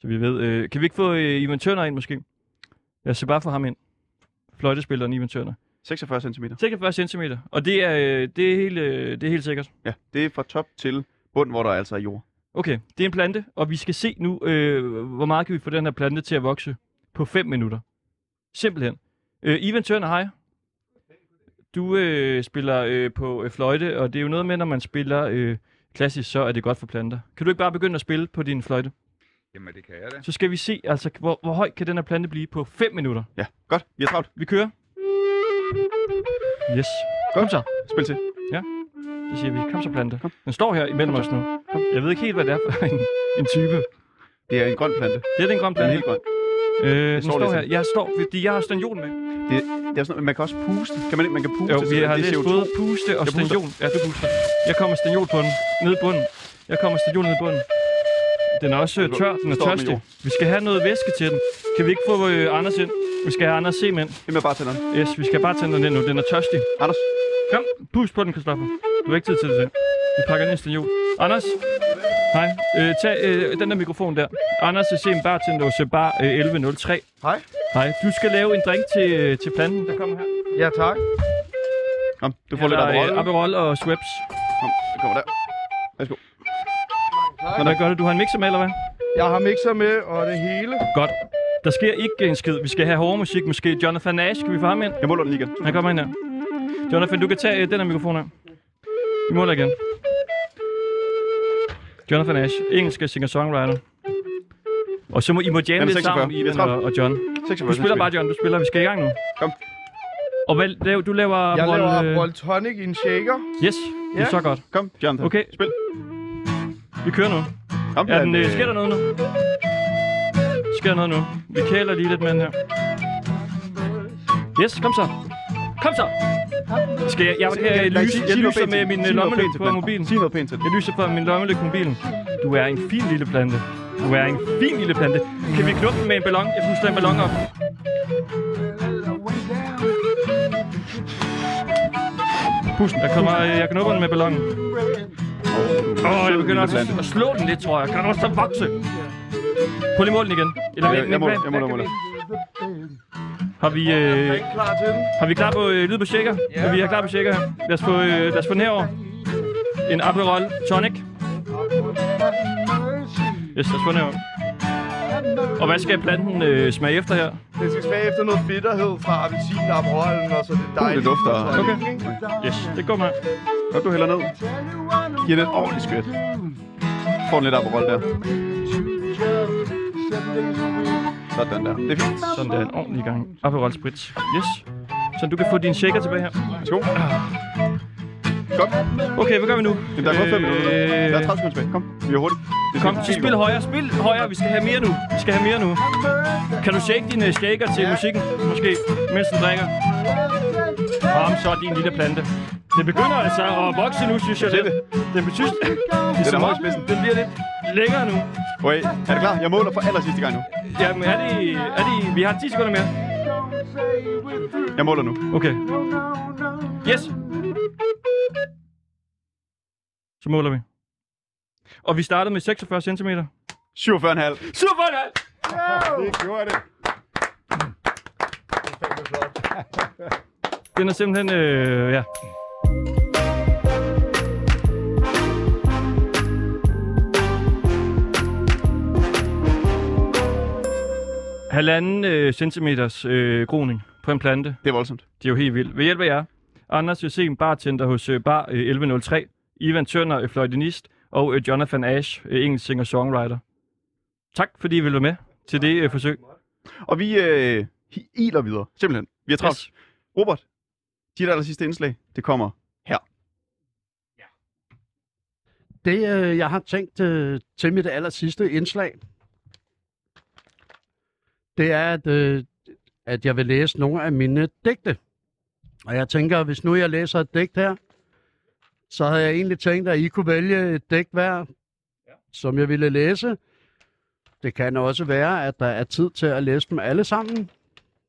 A: så vi ved. Øh, kan vi ikke få øh, Ivan Tønder ind, måske? Jeg skal bare få ham ind. Fløjtespilleren Ivan Tønder.
B: 46 cm.
A: 46 cm, og det er, øh, det er, helt, øh, det er helt sikkert.
B: Ja, det er fra top til bund, hvor der altså er jord.
A: Okay, det er en plante, og vi skal se nu, øh, hvor meget kan vi få den her plante til at vokse på 5 minutter. Simpelthen. Øh, Ivan Tørner, hej. Du øh, spiller øh, på øh, fløjte, og det er jo noget med, når man spiller øh, klassisk, så er det godt for planter. Kan du ikke bare begynde at spille på din fløjte?
K: Jamen, det kan jeg da.
A: Så skal vi se, altså, hvor, hvor høj kan den her plante blive på 5 minutter.
B: Ja, godt. Vi har travlt.
A: Vi kører. Yes. Kom så.
B: Spil til.
A: Så siger vi, kom så plante. Den står her imellem os nu. Jeg ved ikke helt, hvad det er for en, en type.
B: Det er en grøn plante.
A: Det er den grønne
B: Den er
A: plante.
B: helt grøn.
A: Øh, den
B: står
A: står,
B: lidt
A: her.
B: sådan.
A: Jeg står, fordi jeg har stanjon med.
B: Det, det er sådan, noget- man kan også puste. Kan man ikke? Man kan puste.
A: Jo,
B: til
A: vi
B: det.
A: har
B: det er
A: læst
B: CO2.
A: både puste og
B: Jeg puster.
A: stanjon. Ja, du puster. Jeg kommer stanjon på den. Nede i bunden. Jeg kommer stanjon nede i bunden. Den er også øh, tør. Den er
B: Stop med
A: tørstig.
B: jord.
A: Vi skal have noget væske til den. Kan vi ikke få øh, Anders ind? Vi skal have Anders Semen.
B: Hvem er bare tænderen?
A: Yes, vi skal bare tænde den ind nu. Den er tørstig.
B: Anders.
A: Kom, pus på den, Kristoffer. Du har ikke tid til det. selv. Vi pakker den ind til jul. Anders. Hej. Øh, tag øh, den der mikrofon der. Anders Semen bartender hos øh, Bar øh, 1103.
K: Hej.
A: Hej. Du skal lave en drink til, øh, til planten, der kommer her.
K: Ja, tak.
B: Kom, du får lidt
A: Eller, øh,
B: Aperol.
A: Aperol og Schweppes.
B: Kom, det kommer der. Værsgo.
A: Og hvad gør du? Du har en mixer med, eller hvad?
K: Jeg har mixer med, og det hele.
A: Godt. Der sker ikke en skid. Vi skal have hårdere musik måske. Jonathan Nash, kan vi få ham ind?
B: Jeg måler den igen.
A: Han kommer ind her. Jonathan, du kan tage øh, den her mikrofon her. Vi måler igen. Jonathan Nash, engelske singer-songwriter. Og så må I må jamme
B: Den er
A: lidt
B: 46.
A: sammen,
B: Vi er
A: Ivan
B: 30.
A: og, og John.
B: 46,
A: Du spiller
B: den
A: bare, John. Du spiller. Vi skal i gang nu.
B: Kom.
A: Og hvad, laver- du laver...
K: Jeg
A: Aperol,
K: laver
A: øh,
K: Aperol Tonic i en shaker.
A: Yes, det er
K: Ja.
A: så godt.
B: Kom, Jonathan.
A: Okay.
B: Spil.
A: Vi kører nu.
B: Kom,
A: Er den,
B: Jan,
A: øh,
B: øh,
A: sker der noget nu? Sker der noget nu? Vi kæler lige lidt med den her. Yes, kom så. Kom så. Skal jeg, jeg, jeg, jeg,
B: Lad os
A: lyse,
B: sige-
A: jeg
B: sig noget
A: lyser
B: pænt
A: med
B: til
A: min
B: den.
A: øh,
B: Sig noget
A: lommelygte
B: pænt til
A: på
B: den.
A: mobilen.
B: Sig noget pænt til den.
A: Jeg lyser på min lommelygte på mobilen. Du er en fin lille plante. Du er en fin lille plante. Kan vi knuppe den med en ballon? Jeg puster en ballon op. Pusten. Jeg kommer, øh, jeg knupper den med ballonen. Åh, oh, jeg begynder at, at slå den lidt, tror jeg. Kan du så vokse? Prøv lige mål den igen. Eller,
B: Jeg-
A: hvad-
B: jeg må-
A: hvad-
B: jeg må-
A: hvad
B: jeg må-
A: kan vi- Har vi, øh,
K: Klar til den?
A: har vi klar på øh, lyd på shaker? Ja. Vi er klar på shaker her. Lad os få, øh, lad os få den herover. En Aperol Tonic. Yes, lad os få den herover. Og hvad skal planten øh, smage efter her?
K: Den skal smage efter noget bitterhed fra appelsinen og Aperolen, og så det dejlige.
B: det dufter.
K: tonic,
A: Okay.
K: ikke?
A: Yes, det går med.
B: Godt, du hælder ned. Giver det et ordentligt skvæt. Får en lidt Aperol der. Sådan der. Det er fint.
A: Sådan der, en ordentlig gang. Aperol Spritz. Yes. Så du kan få din shaker tilbage her.
B: Værsgo. Godt.
A: Okay, hvad gør vi nu?
B: Jamen, der er gået 5 minutter.
A: Øh,
B: Der er 30 sekunder tilbage. Kom, vi er hurtigt. Det er
A: Kom,
B: fint.
A: så spil højere, spil højere. Vi skal have mere nu. Vi skal have mere nu. Kan du shake dine shaker til musikken, måske, mens den drikker? Kom så, din lille plante. Den begynder altså at vokse nu, synes jeg
B: Det er
A: lidt. Den betyder...
B: Den er
A: som om,
B: høj i spidsen.
A: Den bliver lidt længere nu.
B: Okay, er du klar? Jeg måler for aller sidste gang nu.
A: Jamen, er det, er det... Vi har 10 sekunder mere.
B: Jeg måler nu.
A: Okay. Yes. Så måler vi. Og vi startede med 46 cm.
B: 47,5.
A: Super! Daniel!
K: Det gjorde det.
A: Den er simpelthen... Øh, ja. Halvanden øh, centimeters øh, groning på en plante.
B: Det er voldsomt.
A: Det er jo helt vildt. Ved hjælp af jer, Anders Josem, bartender hos øh, Bar øh, 1103, Ivan Tønder, øh, fløjtenist, og øh, Jonathan Ash, øh, engelsk singer-songwriter. Tak, fordi I ville være med til det øh, forsøg.
B: Og vi øh, hi- iler videre. Simpelthen. Vi er travlt.
A: Yes.
B: Robert, dit aller sidste indslag, det kommer her.
C: Det, øh, jeg har tænkt øh, til mit aller sidste indslag, det er, at, øh, at jeg vil læse nogle af mine digte. Og jeg tænker, hvis nu jeg læser et digt her, så havde jeg egentlig tænkt, at I kunne vælge et digt hver, ja. som jeg ville læse. Det kan også være, at der er tid til at læse dem alle sammen.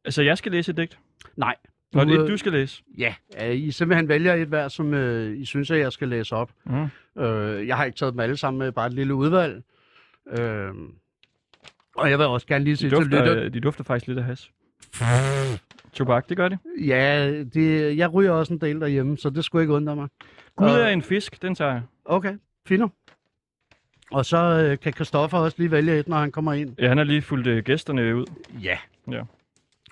A: Altså, jeg skal læse et digt.
C: Nej.
A: Nå, det er
C: øh,
A: et, du skal læse.
C: Ja, øh, I simpelthen vælger et hver, som øh, I synes, at jeg skal læse op.
A: Mm.
C: Øh, jeg har ikke taget dem alle sammen med, bare et lille udvalg. Øh, og jeg vil også gerne lige
A: De
C: sige til
A: dufter,
C: lytter...
A: øh, de dufter faktisk lidt af has. Tobak, det gør det.
C: Ja, det, jeg ryger også en del derhjemme, så det skulle ikke undre mig.
A: Gud
C: Og-
A: er en fisk, den tager jeg.
C: Okay, fint. Og så øh, kan Christoffer også lige vælge et, når han kommer ind.
A: Ja, han har lige fulgt øh, gæsterne ud.
C: Ja.
A: Ja.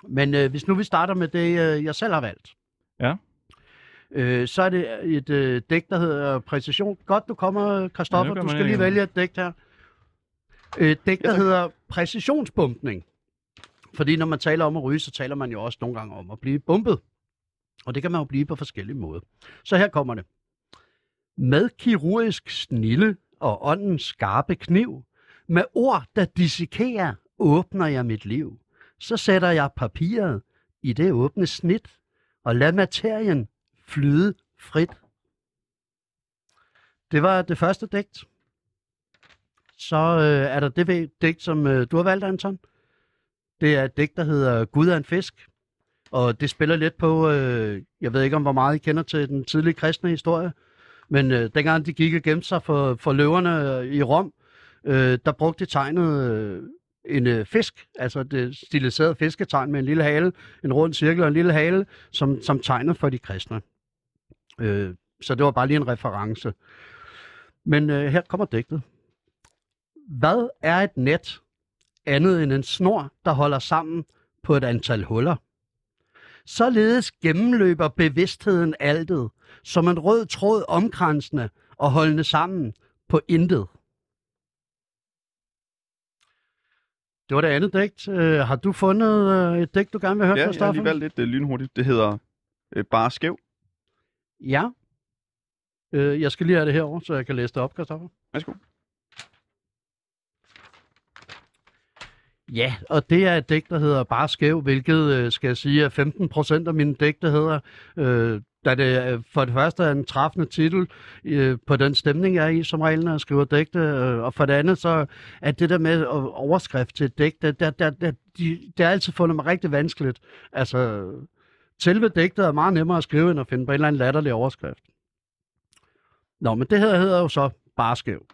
C: Men øh, hvis nu vi starter med det, øh, jeg selv har valgt.
A: Ja.
C: Øh, så er det et øh, dæk, der hedder Præcision. Godt, du kommer, Kristoffer.
A: Ja, det gør
C: du
A: man
C: skal
A: ikke
C: lige
A: andet.
C: vælge et dæk her. Et dæk,
B: Ja,
C: der
B: tak.
C: hedder Præcisionsbumpning. Fordi når man taler om at ryge, så taler man jo også nogle gange om at blive bumpet. Og det kan man jo blive på forskellige måder. Så her kommer det. Med kirurgisk snille og åndens skarpe kniv, med ord, der dissekerer, åbner jeg mit liv. Så sætter jeg papiret i det åbne snit, og lad materien flyde frit. Det var det første digt. så øh, er der det ved- digt, som øh, du har valgt, Anton. Det er et digt, der hedder Gud er en fisk. Og det spiller lidt på, øh, jeg ved ikke om hvor meget I kender til den tidlige kristne historie, men øh, dengang de gik og gemte sig for, for løverne øh, i Rom, øh, der brugte de tegnet øh, en øh, fisk, altså det stiliserede fisketegn med en lille hale, en rund cirkel og en lille hale, som, som tegnet for de kristne. Øh, så det var bare lige en reference. Men øh, her kommer digtet. Hvad er et net andet end en snor, der holder sammen på et antal huller? Således gennemløber bevidstheden altet, som en rød tråd omkransende og holdende sammen på intet. Det var det andet digt. Øh, har du fundet øh, et digt, du gerne vil høre,
B: Ja, jeg har
C: Christoffer?
B: lige valgt lidt øh, lynhurtigt. Det hedder øh, Bare Skæv.
C: Ja. Øh, jeg skal lige have det herover, så jeg kan læse det op, Kristoffer.
B: Værsgo.
C: Ja, og det er et digt, der hedder Bare Skæv, hvilket øh, skal jeg sige, at 15 procent af mine digte hedder, øh, da det øh, for det første er en træffende titel øh, på den stemning, jeg er i som regel, når jeg skriver digte, øh, og for det andet så er det der med øh, overskrift til et digt, der, der, der, der, de, det er altid fundet mig rigtig vanskeligt. Altså, selve digtet er meget nemmere at skrive, end at finde på en eller anden latterlig overskrift. Nå, men det her hedder jo så Bare Skæv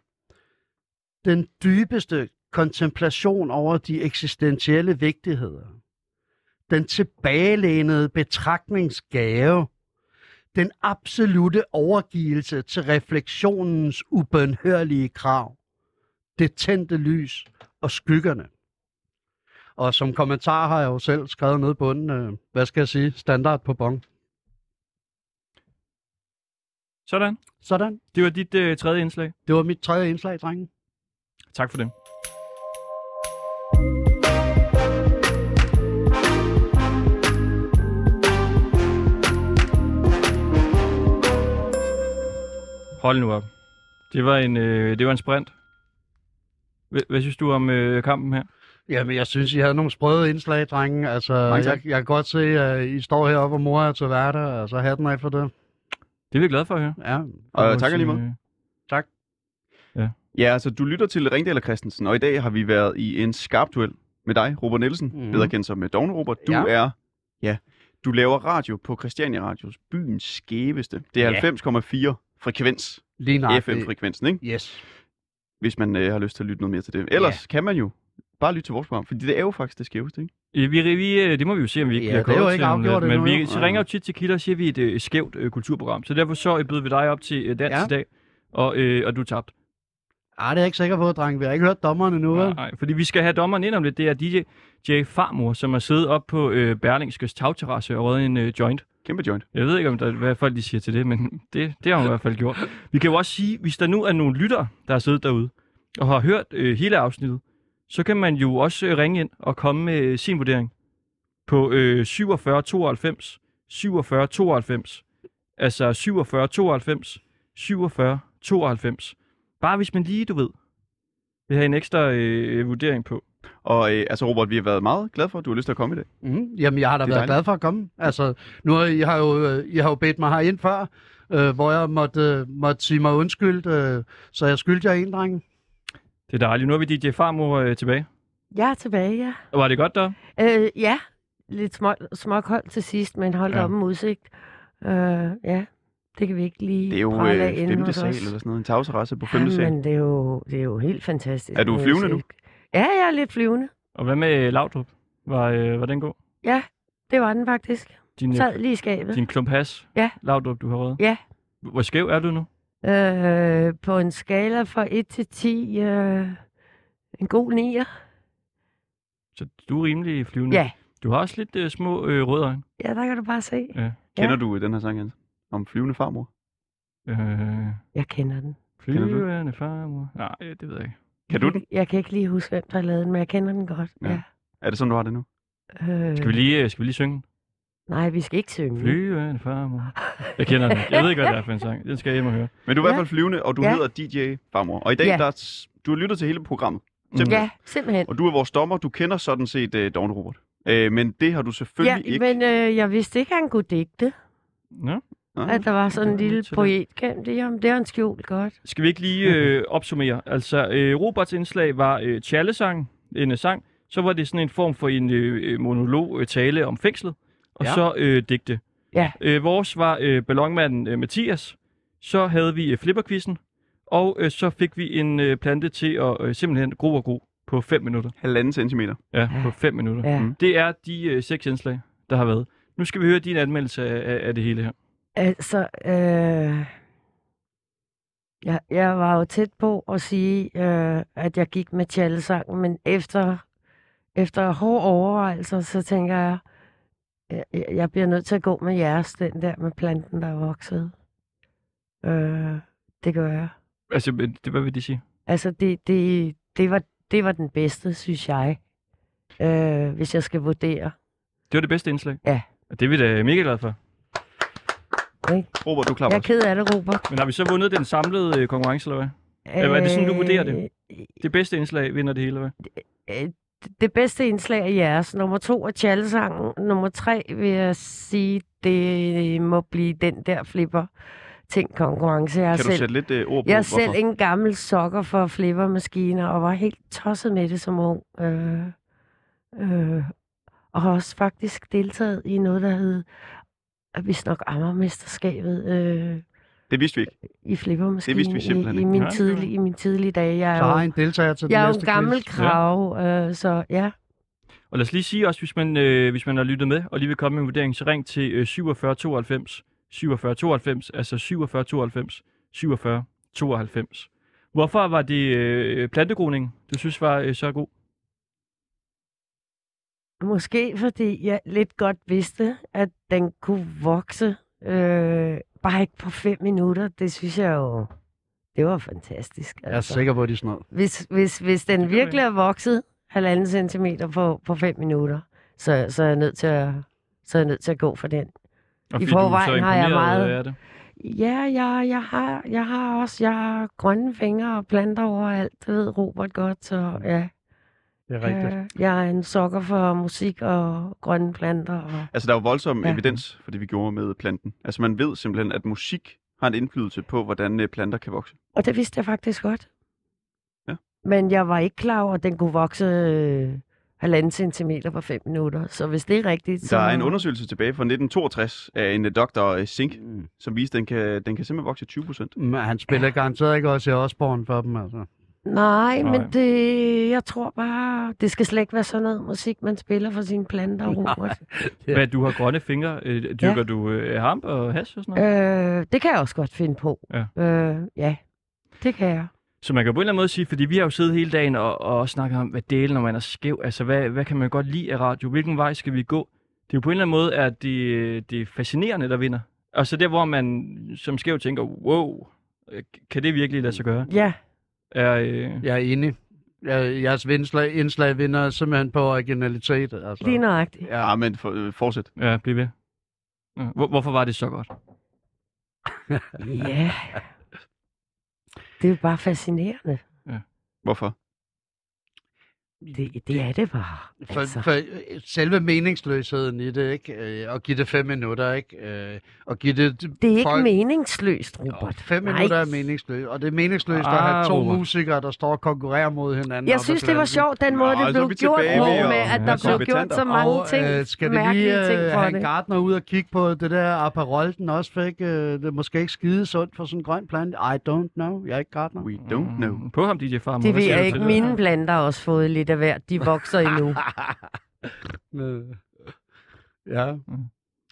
C: den dybeste kontemplation over de eksistentielle vigtigheder. Den tilbagelænede betragtningsgave. Den absolute overgivelse til refleksionens ubønhørlige krav. Det tændte lys og skyggerne. Og som kommentar har jeg jo selv skrevet ned på den, øh, hvad skal jeg sige, standard på bong.
A: Sådan.
C: Sådan.
A: Det var dit øh, tredje indslag.
C: Det var mit tredje indslag, drenge.
A: Tak for det. Hold nu op. Det var en, øh, det var en sprint. Hvad, hvad synes du om øh, kampen her?
C: Jamen, jeg synes, I havde nogle sprøde indslag, drenge. Altså,
A: Mange tak.
C: jeg, jeg kan godt se, at I står heroppe og mor er til hverdag, og så hatten af for det.
A: Det er vi glade for at høre. Øh,
C: Ja.
B: Og tak alligevel.
C: Tak.
A: Ja.
B: ja, så du lytter til Ringdal og Christensen, og i dag har vi været i en skarp duel med dig, Robert Nielsen,
C: Mhm.
B: mm. bedre kendt som øh, Dogne Robert. Du
C: Ja.
B: ja. er, ja, du laver radio på Christiania Radios, byens skæveste. Det er
C: Ja.
B: 90,4 frekvens.
C: Lige nøjagtigt.
B: FM-frekvensen, ikke?
C: Yes.
B: Hvis man øh, har lyst til at lytte noget mere til det. Ellers kan man jo bare lytte til vores program, fordi det er jo faktisk det skæveste, ikke?
A: Øh, Vi, vi, øh, det må vi jo se, om vi ikke
B: Ja,
A: bliver
B: det er jo
A: kåret
B: ikke
A: til om lidt,
B: afgjort
A: Men
B: endnu,
A: vi
B: jo.
A: så ringer jo tit til Kilder og siger, at vi er et øh, skævt øh, kulturprogram. Så derfor så øh, byder vi dig op til øh, dans
C: Ja.
A: ja. i dag, og, øh, og du tabte.
C: Ej, det er jeg ikke sikker på, drenge. Vi har ikke hørt dommeren endnu, vel?
A: Nej, fordi vi skal have dommeren ind om lidt. Det er DJ J. Farmor, som har siddet op på øh, Berlingskes tagterrasse og røget en øh, joint.
B: Kæmpe joint.
A: Jeg ved ikke, om der, hvad folk de siger til det, men det, det har hun i hvert fald gjort. Vi kan jo også sige, hvis der nu er nogle lytter, der har siddet derude og har hørt øh, hele afsnittet, så kan man jo også øh, ringe ind og komme med øh, sin vurdering på øh, 47 92 47 92. Altså 47 92 47 92. Bare hvis man lige, du ved, vil have en ekstra øh, vurdering på.
B: Og øh, altså, Robert, vi har været meget glade for, at du har lyst til at komme i dag.
C: Mm, jamen, jeg har da
B: Det er
C: været
B: dejligt.
C: glad for at komme. Altså, nu har I har jo, øh, I har jo bedt mig herind før, øh, hvor jeg måtte, øh, måtte sige mig undskyld, øh, så jeg skyldte jer en, drenge.
A: Det er dejligt. Nu er vi DJ Farmor øh, tilbage.
D: Jeg er tilbage, ja.
A: Og var det godt der?
D: Øh, ja, lidt små, småkoldt til sidst, men hold da
A: Ja.
D: op med udsigt. Øh, ja, det kan vi ikke lige
B: Det er jo
D: prale af
B: øh,
D: inde
B: femte
D: hos
B: sal
D: os.
B: eller sådan noget. En tagterrasse på femte
D: ja,
B: sal.
D: men det er, jo, det er jo helt fantastisk.
B: Er du
D: med
B: flyvende nu?
D: udsigt. Ja, jeg er lidt flyvende.
A: Og hvad med øh, Laudrup? Var, øh, var den god?
D: Ja, det var den faktisk.
A: Din, øh,
D: Sad lige i skabet.
A: Din klump has?
D: Ja.
A: Laudrup, du har røget?
D: Ja.
A: Hvor skæv er du nu?
D: Øh, på en skala fra 1 til 10, øh, en god nier.
A: Så du er rimelig
B: Mm.
A: flyvende.
D: Ja.
A: Du har også lidt øh, små øh, røde øjne.
D: Ja, der kan du bare se.
A: Ja.
B: Kender du øh, den her sang, Jens? Om flyvende farmor?
A: Øh,
D: Jeg kender den.
B: Kender du den?
A: Flyvende farmor. Nej, øh, det ved jeg ikke.
B: Kan du den?
D: Jeg kan ikke lige huske, hvem der lavede den, men jeg kender den godt.
B: Ja.
D: Ja.
B: Er det sådan, du har det nu?
D: Øh,
A: Skal vi lige, øh, skal vi lige synge den?
D: Nej, vi skal ikke synge.
A: Flyvende farmor. Jeg kender den. ikke. Jeg ved ikke, hvad det er for en sang. Den skal jeg hjem og høre.
B: Men du er i
D: Ja.
B: hvert fald flyvende, og du
D: Ja.
B: hedder DJ Farmor. Og i dag,
D: Ja.
B: der er, s- du har lyttet til hele programmet.
D: Ja, simpelthen.
B: Og du er vores dommer. Du kender sådan set uh, Dawn Robert. Uh, men det har du selvfølgelig
D: ja,
B: ikke.
D: men øh, jeg vidste ikke, at han kunne digte.
A: Nå.
D: Ah, at der var sådan en lille poet gemt i ham. Det er han skjult godt.
A: Skal vi ikke lige øh, opsummere? Altså, øh, Roberts indslag var øh, tjallesang, en øh, sang. Så var det sådan en form for en øh, øh, monolog øh, tale om fængslet. Og
D: Ja.
A: ja. så øh, digte.
D: Ja.
A: Øh, vores var øh, ballonmanden øh, Mathias. Så havde vi øh, flipperquizzen. Og øh, så fik vi en øh, plante til at øh, simpelthen gro og gro på 5 minutter.
B: Halvanden centimeter.
A: Ja, på 5 minutter.
D: Ja.
A: Mm. Det er de øh, seks indslag, der har været. Nu skal vi høre din anmeldelse af, af- af det hele her.
D: Altså, øh, jeg, jeg var jo tæt på at sige, øh, at jeg gik med tjallesangen, men efter, efter hårde overvejelser, så tænker jeg, jeg- jeg, jeg bliver nødt til at gå med jeres, den der med planten, der er vokset. Øh, det gør jeg.
A: Altså, men det, hvad vil de sige?
D: Altså, det, det, det, var, det var den bedste, synes jeg, øh, hvis jeg skal vurdere.
A: Det var det bedste indslag?
D: Ja.
A: Og det er vi da mega glade for. Robert, du klapper
D: Jeg er ked af det, Robert.
A: Men har vi så vundet den samlede øh, konkurrence, eller hvad? Øh... Er det sådan, du vurderer det? Det bedste indslag vinder det hele, eller hvad?
D: Øh, det bedste indslag er jeres. Nummer to er Chalsangen. Nummer tre vil jeg sige, det må blive den der flipper ting konkurrence. Jeg er
B: Kan du
D: selv,
B: sætte lidt, øh, ord på,
D: Jeg er
B: hvorfor?
D: selv en gammel sokker for flippermaskiner, og var helt tosset med det som ung. Øh, øh, og har også faktisk deltaget i noget, der hed, at vi nok Ammermesterskabet øh,
B: Det vidste vi ikke.
D: i flippermaskinen
B: Det vidste vi simpelthen
D: i, i,
B: ikke.
D: min
B: Nej.
D: tidlige, i min tidlige dage. Jeg er
C: Så har
D: jo-
C: I en deltager til den
D: Jeg er jo en
C: næste
D: gammel
C: quiz.
D: krav, øh, så ja.
A: Og lad os lige sige også, hvis man, øh, hvis man har lyttet med og lige vil komme med en vurdering, så ring til øh, 47 92 47 92, altså 47 92 47 92. Hvorfor var det øh, plantegroning, du synes var øh, så god?
D: Måske fordi jeg lidt godt vidste, at den kunne vokse. Øh, bare ikke på fem minutter. Det synes jeg jo, det var fantastisk. altså.
C: Jeg er sikker på, at de er sådan noget.
D: Hvis, hvis, hvis den virkelig er vokset halvanden centimeter på, på fem minutter, så, så, er jeg nødt til at, så er jeg nødt til at gå for den.
A: Og fordi du
D: I
A: er så
D: forvejen har jeg
A: imponeret
D: meget...
A: af det?
D: Ja, jeg, jeg, har, jeg har også jeg har grønne fingre og planter overalt. Det ved Robert godt, så ja.
C: Det er
B: Mm, rigtigt.
D: Øh, jeg er en sokker for musik og grønne planter. Og...
B: Altså, der er jo voldsom ja. evidens for det, vi gjorde med planten. Altså, man ved simpelthen, at musik har en indflydelse på, hvordan øh, planter kan vokse.
D: Og det vidste jeg faktisk godt. Ja. Men jeg var ikke klar over, at den kunne vokse øh, halvanden centimeter på fem minutter. Så hvis det er rigtigt, så...
B: Der er en undersøgelse tilbage fra 1962 af en øh, doktor Sink, mm. som viste, at den kan, den kan simpelthen vokse 20 procent.
C: Men han spiller garanteret ikke også i Osborne for dem, altså.
D: Nej,
C: Nej.
D: men det, jeg tror bare, det skal slet ikke være sådan noget musik, man spiller for sine planter, Robert.
A: Hvad, du har grønne fingre? Øh, dyrker ja. du øh, hamp og hash og sådan noget?
D: Øh, det kan jeg også godt finde på.
A: Ja.
D: Øh, ja, det kan jeg.
A: Så man kan på en eller anden måde sige, fordi vi har jo siddet hele dagen og, og snakket om, hvad delen, når man er skæv, altså hvad, hvad kan man godt lide af radio, hvilken vej skal vi gå? Det er jo på en eller anden måde, at det, det er fascinerende, der vinder. Og så der, hvor man som skæv tænker, wow, øh, kan det virkelig lade sig gøre?
D: Ja.
A: Er, øh...
C: Jeg er enig. Jeg, jeres indslag, indslag vinder simpelthen på originalitet, altså.
D: Lige nøjagtigt.
B: Ja, men for, øh, fortsæt.
A: Ja, bliv ved. Ja. Hvor, hvorfor var det så godt?
D: Ja. Det er jo bare fascinerende.
B: Hvorfor?
D: Det, det er det bare.
C: For,
D: Altså.
C: altså. for øh, selve meningsløsheden i det, ikke? Øh, Og give det fem minutter, ikke? Øh, Og give det...
D: Det er ikke meningsløst, Robert.
C: Fem
D: Nej.
C: minutter er meningsløst, og det er meningsløst at
A: Ah,
C: have to
A: Robert.
C: musikere, der står og konkurrerer mod hinanden.
D: Jeg
C: op ad
D: synes, det var
C: pladsen.
D: sjovt, den måde, Nå, det så er blev vi gjort tilbage på, ved at med at der
C: Altså,
D: blev gjort så mange
C: og,
D: ting,
C: øh, skal det
D: mærkelige
C: lige
D: ting
C: øh,
D: for
C: have en
D: det.
C: gartner ud og kigge på det der Aperol, den også fik? Øh, det er måske ikke skide sundt for sådan en grøn plante. I don't know. Jeg er ikke gartner.
B: We
A: Mm,
B: don't know.
A: På ham, DJ Farmer.
D: Det ved jeg ikke. Mine planter har også fået lidt af hvert. De vokser endnu.
C: Øh, Ja.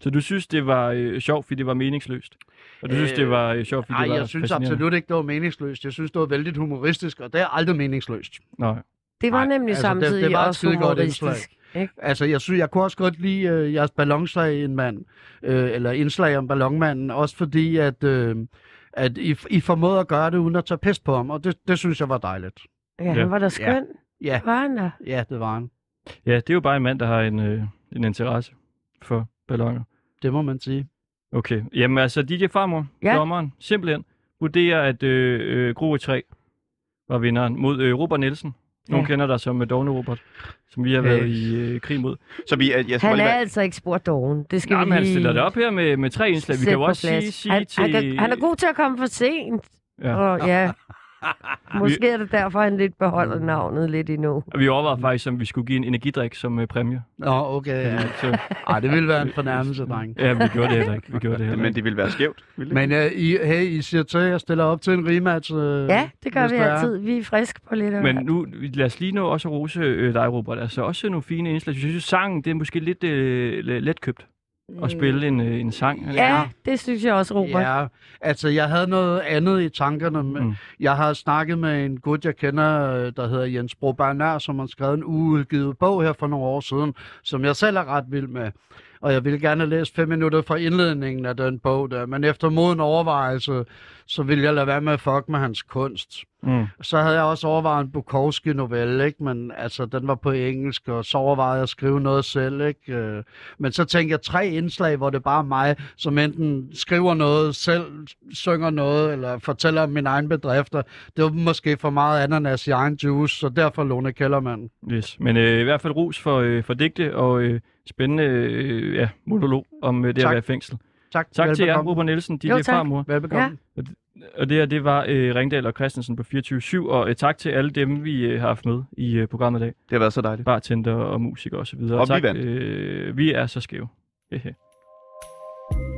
A: Så du synes, det var øh, sjovt, fordi det var meningsløst? Og du øh, synes, det var øh, sjovt, fordi det
C: Nej,
A: var
C: jeg synes
A: fascinerende?
C: absolut ikke, det var meningsløst. Jeg synes, det var vældig humoristisk, og det er aldrig meningsløst. Altså,
A: Nej. altså,
D: Det var nemlig samtidig
C: det, det var et
D: også
C: skidegodt
D: humoristisk,
C: indslag.
D: ikke?
C: Altså, jeg, synes, jeg kunne også godt lide øh, jeres ballonslag i en mand, øh, eller indslag om ballonmanden, også fordi, at, øh, at I, I formåede at gøre det, uden at tage pest på ham, og det, det synes jeg var dejligt.
D: Ja, han var da skøn.
C: Ja.
D: Var han der?
C: Ja, det var han.
A: Ja, det er jo bare en mand, der har en, øh, en interesse for ballonger.
C: Det må man sige.
A: Okay. Jamen altså, DJ Farmor,
C: Ja.
A: ja. dommeren, simpelthen vurderer, at øh, øh, Groe 3 var vinderen mod øh, Robert Nielsen, Nogle
D: Ja.
A: ja. kender dig som øh, Dogne Robert, som vi har
D: Øh.
A: været i øh, krig mod.
B: Så vi, jeg,
D: Han er altså ikke spor doven. Det skal
A: Nej,
D: vi
A: men han
D: lige
A: stiller det op her med, med tre indslag. Vi
D: sætte
A: kan jo
D: på
A: også
D: plads.
A: sige, sige
D: han,
A: til...
D: han, kan, han er god til at komme for sent.
A: Ja.
D: Og, ja. Måske er det derfor, han lidt beholder navnet lidt endnu.
A: Og vi overvejede faktisk, om vi skulle give en energidrik som øh, præmie.
C: Nå, okay. Ja.
A: Så,
C: Ej, det ville være en fornærmelse, dreng.
A: ja, vi gjorde det heller ikke. Vi gjorde det heller
B: Men det ville være skævt, ville det?
C: Men uh, I, hey, I siger til, at jeg stiller op til en rematch. Uh,
D: Ja, det gør vi altid. Vi er friske på lidt af
A: Men
D: hvert.
A: nu, lad os lige nå også at rose øh, dig, Robert. Altså også nogle fine indslag. Jeg synes, at sangen det er måske lidt øh, le- letkøbt at spille en, øh, en sang.
D: Mm. Ja, det synes jeg også, Robert.
C: Ja, altså jeg havde noget andet i tankerne. Men mm. Jeg har snakket med en gut, jeg kender, øh, der hedder Jens Broberg Nær, som har skrevet en uudgivet bog her for nogle år siden, som jeg selv er ret vild med. Og jeg ville gerne læse fem minutter fra indledningen af den bog der, men efter moden overvejelse, så ville jeg lade være med at fuck med hans kunst.
A: Mm.
C: Så havde jeg også overvejet en Bukowski-novelle, ikke? men altså, den var på engelsk, og så overvejede jeg at skrive noget selv. Ikke? Øh, Men så tænkte jeg tre indslag, hvor det bare er mig, som enten skriver noget, selv synger noget, eller fortæller om mine egne bedrifter. Det var måske for meget ananas i egen juice, så derfor Lone Kellermann.
A: Yes. Men øh, i hvert fald ros for, øh, for digte og øh, spændende øh, ja, monolog om øh, det tak.
C: Tak.
A: at være i fængsel.
C: Tak,
A: tak til jer,
C: velbekomme.
A: Robert Nielsen, DJ
C: Jo, tak.
A: Farmor.
C: Velbekomme. Ja.
A: Og det- Og det her, det var øh, Ringdal og Christensen på 24-7, og øh, tak til alle dem, vi øh, har haft med i øh, programmet i dag.
B: Det har været så dejligt.
A: Bartender og musikere osv.
B: Og vi
A: tak,
B: vandt.
A: Øh, vi er så skæve. Hehe.